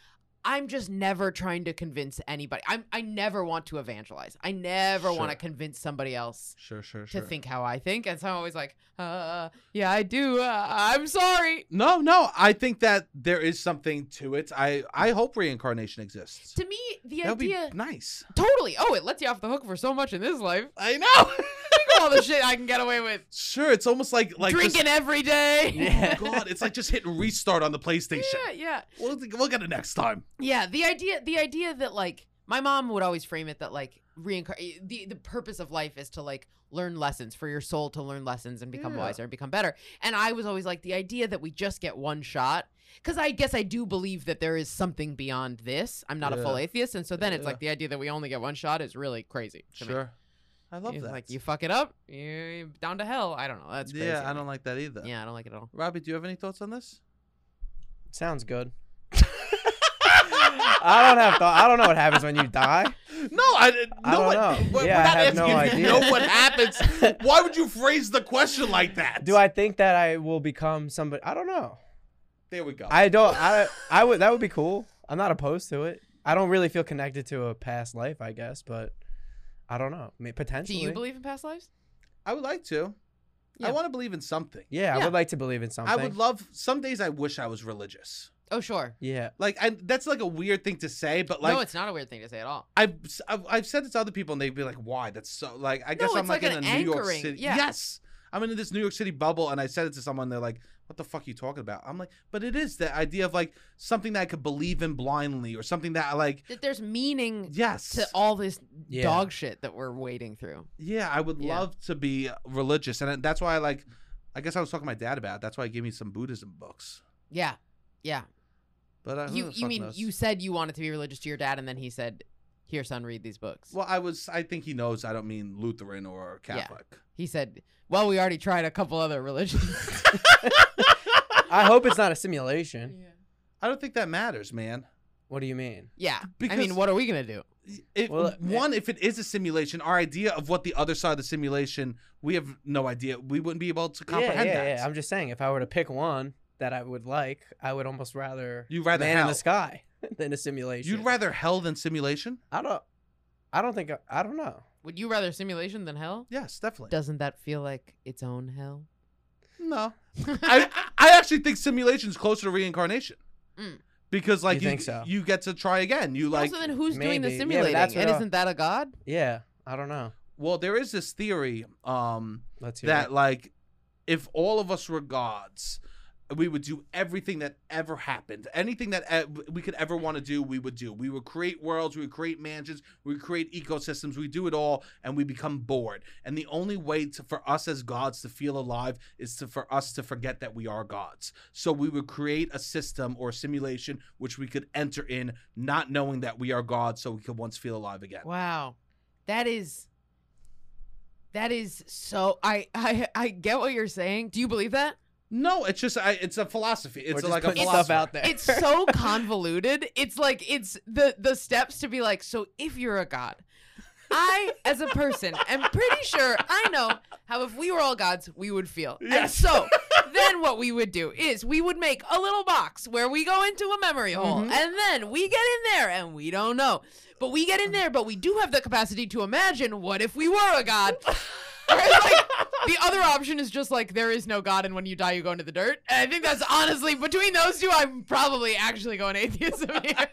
S3: I'm just never trying to convince anybody. I'm, I never want to evangelize. I never want to
S1: Sure.
S3: convince somebody else
S1: Sure, sure,
S3: to
S1: sure.
S3: think how I think. And so I'm always like, uh, yeah, I do. Uh, I'm sorry.
S1: No, no. I think that there is something to it. I I hope reincarnation exists.
S3: To me, the
S1: That would be
S3: idea
S1: nice.
S3: totally. Oh, it lets you off the hook for so much in this life.
S1: I know. [LAUGHS]
S3: Look at all the shit I can get away with.
S1: sure, it's almost like like just-
S3: Drinking every day. [LAUGHS]
S1: oh god, it's like just hitting restart on the PlayStation.
S3: yeah, yeah.
S1: We'll, we'll get it next time.
S3: Yeah, the idea the idea that like my mom would always frame it that like reincarnate the the purpose of life is to like learn lessons for your soul to learn lessons and become
S1: Yeah.
S3: wiser and become better. And I was always like the idea that we just get one shot cuz I guess I do believe that there is something beyond this. I'm not a full
S1: Yeah.
S3: atheist and so then it's
S1: Yeah.
S3: like the idea that we only get one shot is really crazy. to me.
S1: Sure. I love
S3: It's
S1: that.
S3: like you fuck it up, you're down to hell. I don't know. That's crazy.
S1: yeah, I
S3: to
S1: don't like that either.
S3: me. Yeah, I don't like it at all.
S1: Robbie, do you have any thoughts on this?
S2: Sounds good. [LAUGHS] I don't have thought. I don't know what happens when you die.
S1: No, I didn't.
S2: I
S1: no
S2: don't
S1: one,
S2: know.
S1: [LAUGHS] We're,
S2: Yeah, I
S1: we're not
S3: [LAUGHS]
S2: have no
S1: asking
S2: idea.
S1: if you
S2: [LAUGHS]
S1: know what [LAUGHS] happens. Why would you phrase the question like that?
S2: Do I think that I will become somebody? I don't know.
S1: There we go.
S2: I don't. I. I would. That would be cool. I'm not opposed to it. I don't really feel connected to a past life, I guess, but I don't know. I mean,
S3: Do
S2: potentially.
S3: you believe in past lives?
S1: I would like to. I
S3: Yeah.
S1: want to believe in something.
S2: Yeah, I
S3: Yeah.
S2: would like to believe in something.
S1: I would love. Some days I wish I was religious.
S3: Oh, sure.
S2: Yeah.
S1: Like I, that's like a weird thing to say, but like
S3: no, it's not a weird thing to say at all.
S1: I've, I've I've said it to other people and they'd be like, "Why?" That's so like I guess
S3: No,
S1: I'm
S3: it's
S1: like,
S3: like
S1: in a
S3: an
S1: New York
S3: anchoring,
S1: City.
S3: yeah.
S1: Yes, I'm in this New York City bubble, and I said it to someone. They're like, "What the fuck are you talking about?" I'm like, "But it is the idea of like something that I could believe in blindly, or something that I like."
S3: That there's meaning
S1: Yes.
S3: to all this
S2: Yeah.
S3: dog shit that we're wading through.
S1: yeah, I would
S3: Yeah.
S1: love to be religious, and uh, that's why I like. I guess I was talking to my dad about. It. That's why he gave me some Buddhism books.
S3: Yeah. Yeah.
S1: But I, who
S3: You
S1: the
S3: you
S1: fuck
S3: mean
S1: knows?
S3: you said you wanted to be religious to your dad and then he said, "Here son, read these books."
S1: Well, I was. I think he knows. I don't mean Lutheran or
S3: Yeah.
S1: Catholic.
S3: he said, "Well, we already tried a couple other religions."
S2: I hope it's not a simulation.
S1: I don't think that matters, man.
S2: What do you mean?
S3: yeah. I
S1: Because-
S3: mean, what are we going to do?
S1: If,
S2: Well, uh,
S1: one, if it is a simulation, our idea of what the other side of the simulation, we have no idea. We wouldn't be able to comprehend
S2: yeah, yeah,
S1: that.
S2: yeah. I'm just saying, if I were to pick one that I would like, I would almost rather
S1: You'd rather
S2: man in
S1: hell.
S2: the sky [LAUGHS] than a simulation.
S1: You'd rather hell than simulation?
S2: I don't. I don't think. I, I don't know.
S3: Would you rather simulation than hell?
S1: Yes, definitely.
S3: Doesn't that feel like its own hell?
S2: [LAUGHS]
S1: no, I I actually think simulation's closer to reincarnation
S3: Mm.
S1: because like
S2: You think so?
S1: you get to try again. You like
S3: also, then who's doing the
S2: maybe. Yeah, but
S3: simulating?
S2: that's what
S3: and
S2: I-
S3: isn't that a god?
S2: Yeah, I don't know.
S1: well, there is this theory um
S2: Let's hear
S1: that
S2: it.
S1: like if all of us were gods. We would do everything that ever happened. Anything that e- we could ever want to do, we would do. We would create worlds, we would create mansions, we would create ecosystems, we do it all, and we become bored. And the only way to, for us as gods to feel alive is to for us to forget that we are gods. So we would create a system or simulation which we could enter in, not knowing that we are gods, so we could once feel alive again.
S3: Wow. That is that is so I I I get what you're saying. Do you believe that?
S1: No, it's just I, it's a philosophy. It's
S2: We're just
S1: like a
S2: putting
S1: philosophy.
S2: stuff out there.
S3: It's so convoluted. It's like it's the the steps to be like so if you're a god I, as a person, am pretty sure I know how if we were all gods, we would feel. And
S1: Yes.
S3: so, then what we would do is we would make a little box where we go into a memory hole, and then we get in there and we don't know. But we get in there, but we do have the capacity to imagine what if we were a god. Whereas, like, the other option is just like there is no god, and when you die, you go into the dirt. And I think that's honestly between those two, I'm probably actually going atheism here.
S1: [LAUGHS]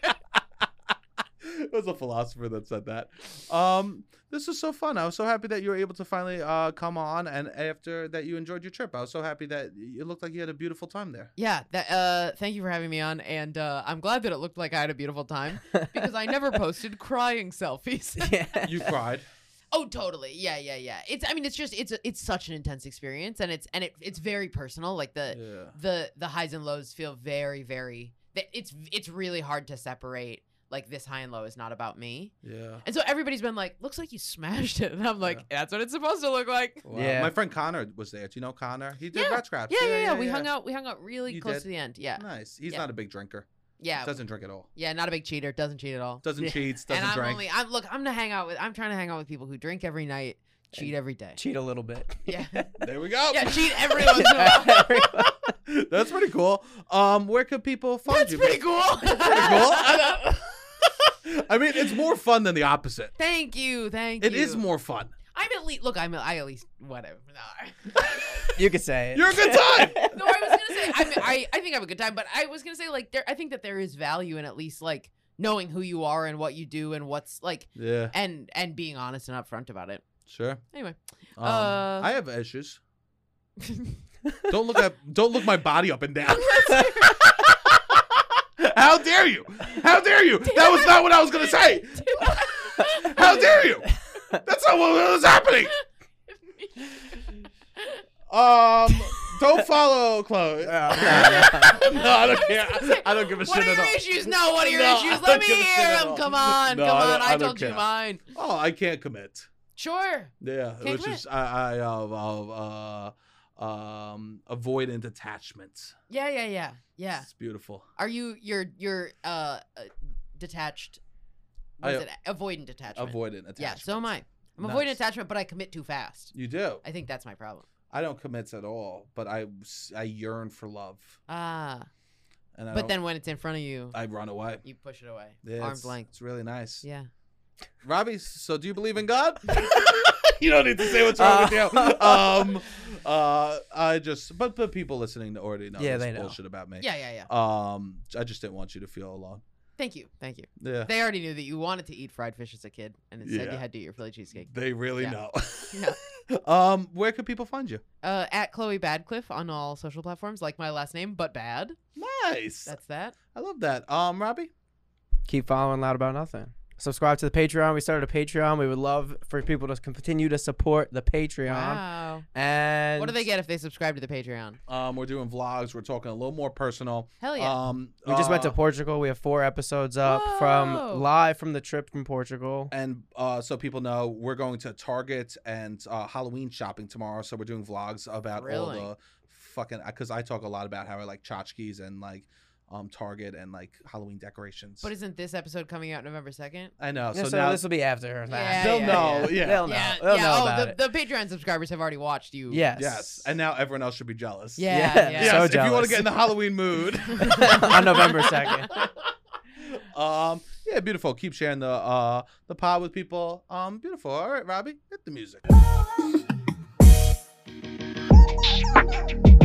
S1: it was a philosopher that said that. Um, this is so fun. I was so happy that you were able to finally uh, come on, and after that, you enjoyed your trip. I was so happy that y- it looked like you had a beautiful time there.
S3: Yeah, that, uh, thank you for having me on, and uh, I'm glad that it looked like I had a beautiful time because I [LAUGHS] never posted crying selfies.
S2: [LAUGHS]
S3: [LAUGHS]
S2: yeah.
S1: You cried.
S3: Oh, totally. Yeah, yeah, yeah. It's. I mean, it's just. It's. It's such an intense experience, and it's. And it. It's very personal. Like the.
S1: Yeah.
S3: The. The highs and lows feel very, very. that It's. It's really hard to separate. Like this high and low is not about me.
S1: Yeah.
S3: And so everybody's been like, "Looks like you smashed it," [LAUGHS] and I'm like, "That's what it's supposed to look like."
S1: Wow.
S2: Yeah.
S1: My friend Connor was there. Do you know Connor? He did
S3: Yeah.
S1: rat scraps.
S3: Yeah, yeah, yeah. We hung out. We hung out really
S1: You
S3: close
S1: did.
S3: to the end. Yeah.
S1: Nice. He's
S3: Yeah.
S1: not a big drinker.
S3: Yeah.
S1: Doesn't drink at all.
S3: yeah. Not a big cheater. Doesn't cheat at all. [LAUGHS]
S1: Doesn't
S2: Yeah.
S1: cheat. Doesn't
S3: and I'm
S1: drink.
S3: only. I'm look. I'm gonna hang out with. I'm trying to hang out with people who drink every night, cheat every day.
S2: [LAUGHS] Cheat a little bit.
S3: Yeah.
S1: [LAUGHS] there
S3: [LAUGHS]
S1: we go.
S3: yeah. Cheat every once in a while.
S1: [LAUGHS] That's pretty cool. Um, where could people find
S3: That's
S1: you?
S3: pretty cool.
S1: Pretty
S3: [LAUGHS]
S1: cool. I know. I mean, it's more fun than the opposite.
S3: Thank you, thank
S1: It
S3: you.
S1: is more
S3: [LAUGHS]
S1: fun.
S3: I'm at least look. I'm. I at least whatever. [LAUGHS] No,
S2: [LAUGHS] you could say it.
S1: You're a good time.
S3: [LAUGHS] no I was gonna
S1: [LAUGHS]
S3: say. I'm, I. I think I have a good time, but I was gonna say like there. I think that there is value in at least like knowing who you are and what you do and what's like
S1: yeah,
S3: and and being honest and upfront about it.
S1: sure.
S3: Anyway,
S1: Um,
S3: Uh,
S1: I have
S3: [LAUGHS]
S1: issues. don't look at. Don't look my body up and
S3: [LAUGHS]
S1: down. How dare you? How dare you? That was not what I was gonna say. How dare you? That's not what was happening. Um, don't follow Chloe. no, I don't care. I don't give a
S3: what
S1: shit
S3: are
S1: at
S3: your
S1: all.
S3: issues? No, what are your
S1: No, I [LAUGHS]
S3: issues?
S1: don't
S3: Let me
S1: give a shit
S3: hear
S1: at
S3: them.
S1: all.
S3: Come on,
S1: No,
S3: come
S1: I
S3: on.
S1: don't-
S3: I,
S1: I don't
S3: told you
S1: care.
S3: mine.
S1: Oh, I can't commit.
S3: Sure.
S1: Yeah,
S3: Can't
S1: which is I, I of of uh, um avoidant attachment.
S3: Yeah, yeah, yeah, yeah.
S1: It's beautiful.
S3: Are you you're you're uh uh, detached?
S1: I-
S3: What is it avoidant detachment?
S1: Avoidant attachment.
S3: Yeah, so am I. I'm avoiding
S1: Nice.
S3: attachment, but I commit too fast.
S1: You do.
S3: I think that's my problem.
S1: I don't commit at all, but I s- I yearn for love,
S3: Ah,
S1: and I
S3: but
S1: don't-
S3: then when it's in front of you,
S1: I run away.
S3: you push it away,
S1: Yeah,
S3: arms
S1: it's-
S3: length.
S1: It's really nice.
S3: Yeah.
S1: [LAUGHS] Robbie, so do you believe
S3: [LAUGHS]
S1: in God? [LAUGHS] you don't need to say what's wrong with you. Um, uh, I just, but but people listening already know.
S2: Yeah,
S1: this
S2: they know.
S1: bullshit about me.
S3: Yeah, yeah, yeah.
S1: Um, I just didn't want you to feel alone.
S3: Thank you, thank you.
S1: Yeah.
S3: They already knew that you wanted to eat fried fish as a kid, and instead
S1: Yeah.
S3: you had to eat your Philly cheesecake.
S1: They really
S3: Yeah.
S1: know. [LAUGHS]
S3: Yeah.
S1: um, where could people find you?
S3: Uh, at Chloe Badcliff on all social platforms, like my last name, but bad.
S1: Nice.
S3: That's that.
S1: I love that. Um, Robbie.
S2: [LAUGHS] Keep following Loud About Nothing. Subscribe to the Patreon. We started a Patreon. We would love for people to continue to support the Patreon.
S3: Wow.
S2: And
S3: What do they get if they subscribe to the Patreon?
S1: Um, we're doing vlogs. We're talking a little more personal.
S3: Hell yeah.
S1: Um,
S2: We just went to
S1: uh,
S2: Portugal. We have four episodes up
S3: Whoa.
S2: from live from the trip from Portugal.
S1: and uh, so people know we're going to Target and uh, Halloween shopping tomorrow. So we're doing vlogs about
S3: Thrilling.
S1: all the fucking because I talk a lot about how I like tchotchkes and like um Target and like Halloween decorations.
S3: But isn't this episode coming out November second?
S1: I know.
S2: Yeah,
S1: So,
S2: so
S1: now
S2: this will be after.
S3: Yeah,
S2: that.
S1: they'll
S3: yeah,
S1: know.
S2: yeah.
S1: Yeah.
S2: They'll know. They'll know about
S3: oh,
S2: it.
S3: the, the Patreon subscribers have already watched you. [LAUGHS]
S2: yes.
S1: Yes. And now everyone else should be jealous.
S3: Yeah. yeah.
S1: Yes,
S2: So
S1: if you want
S2: jealous.
S1: to get in the Halloween
S3: [LAUGHS]
S1: mood.
S2: [LAUGHS] on November second.
S1: um, yeah, beautiful. Keep sharing the uh the pod with people. Um, beautiful. All right, Robbie, hit the music.
S7: Thank you.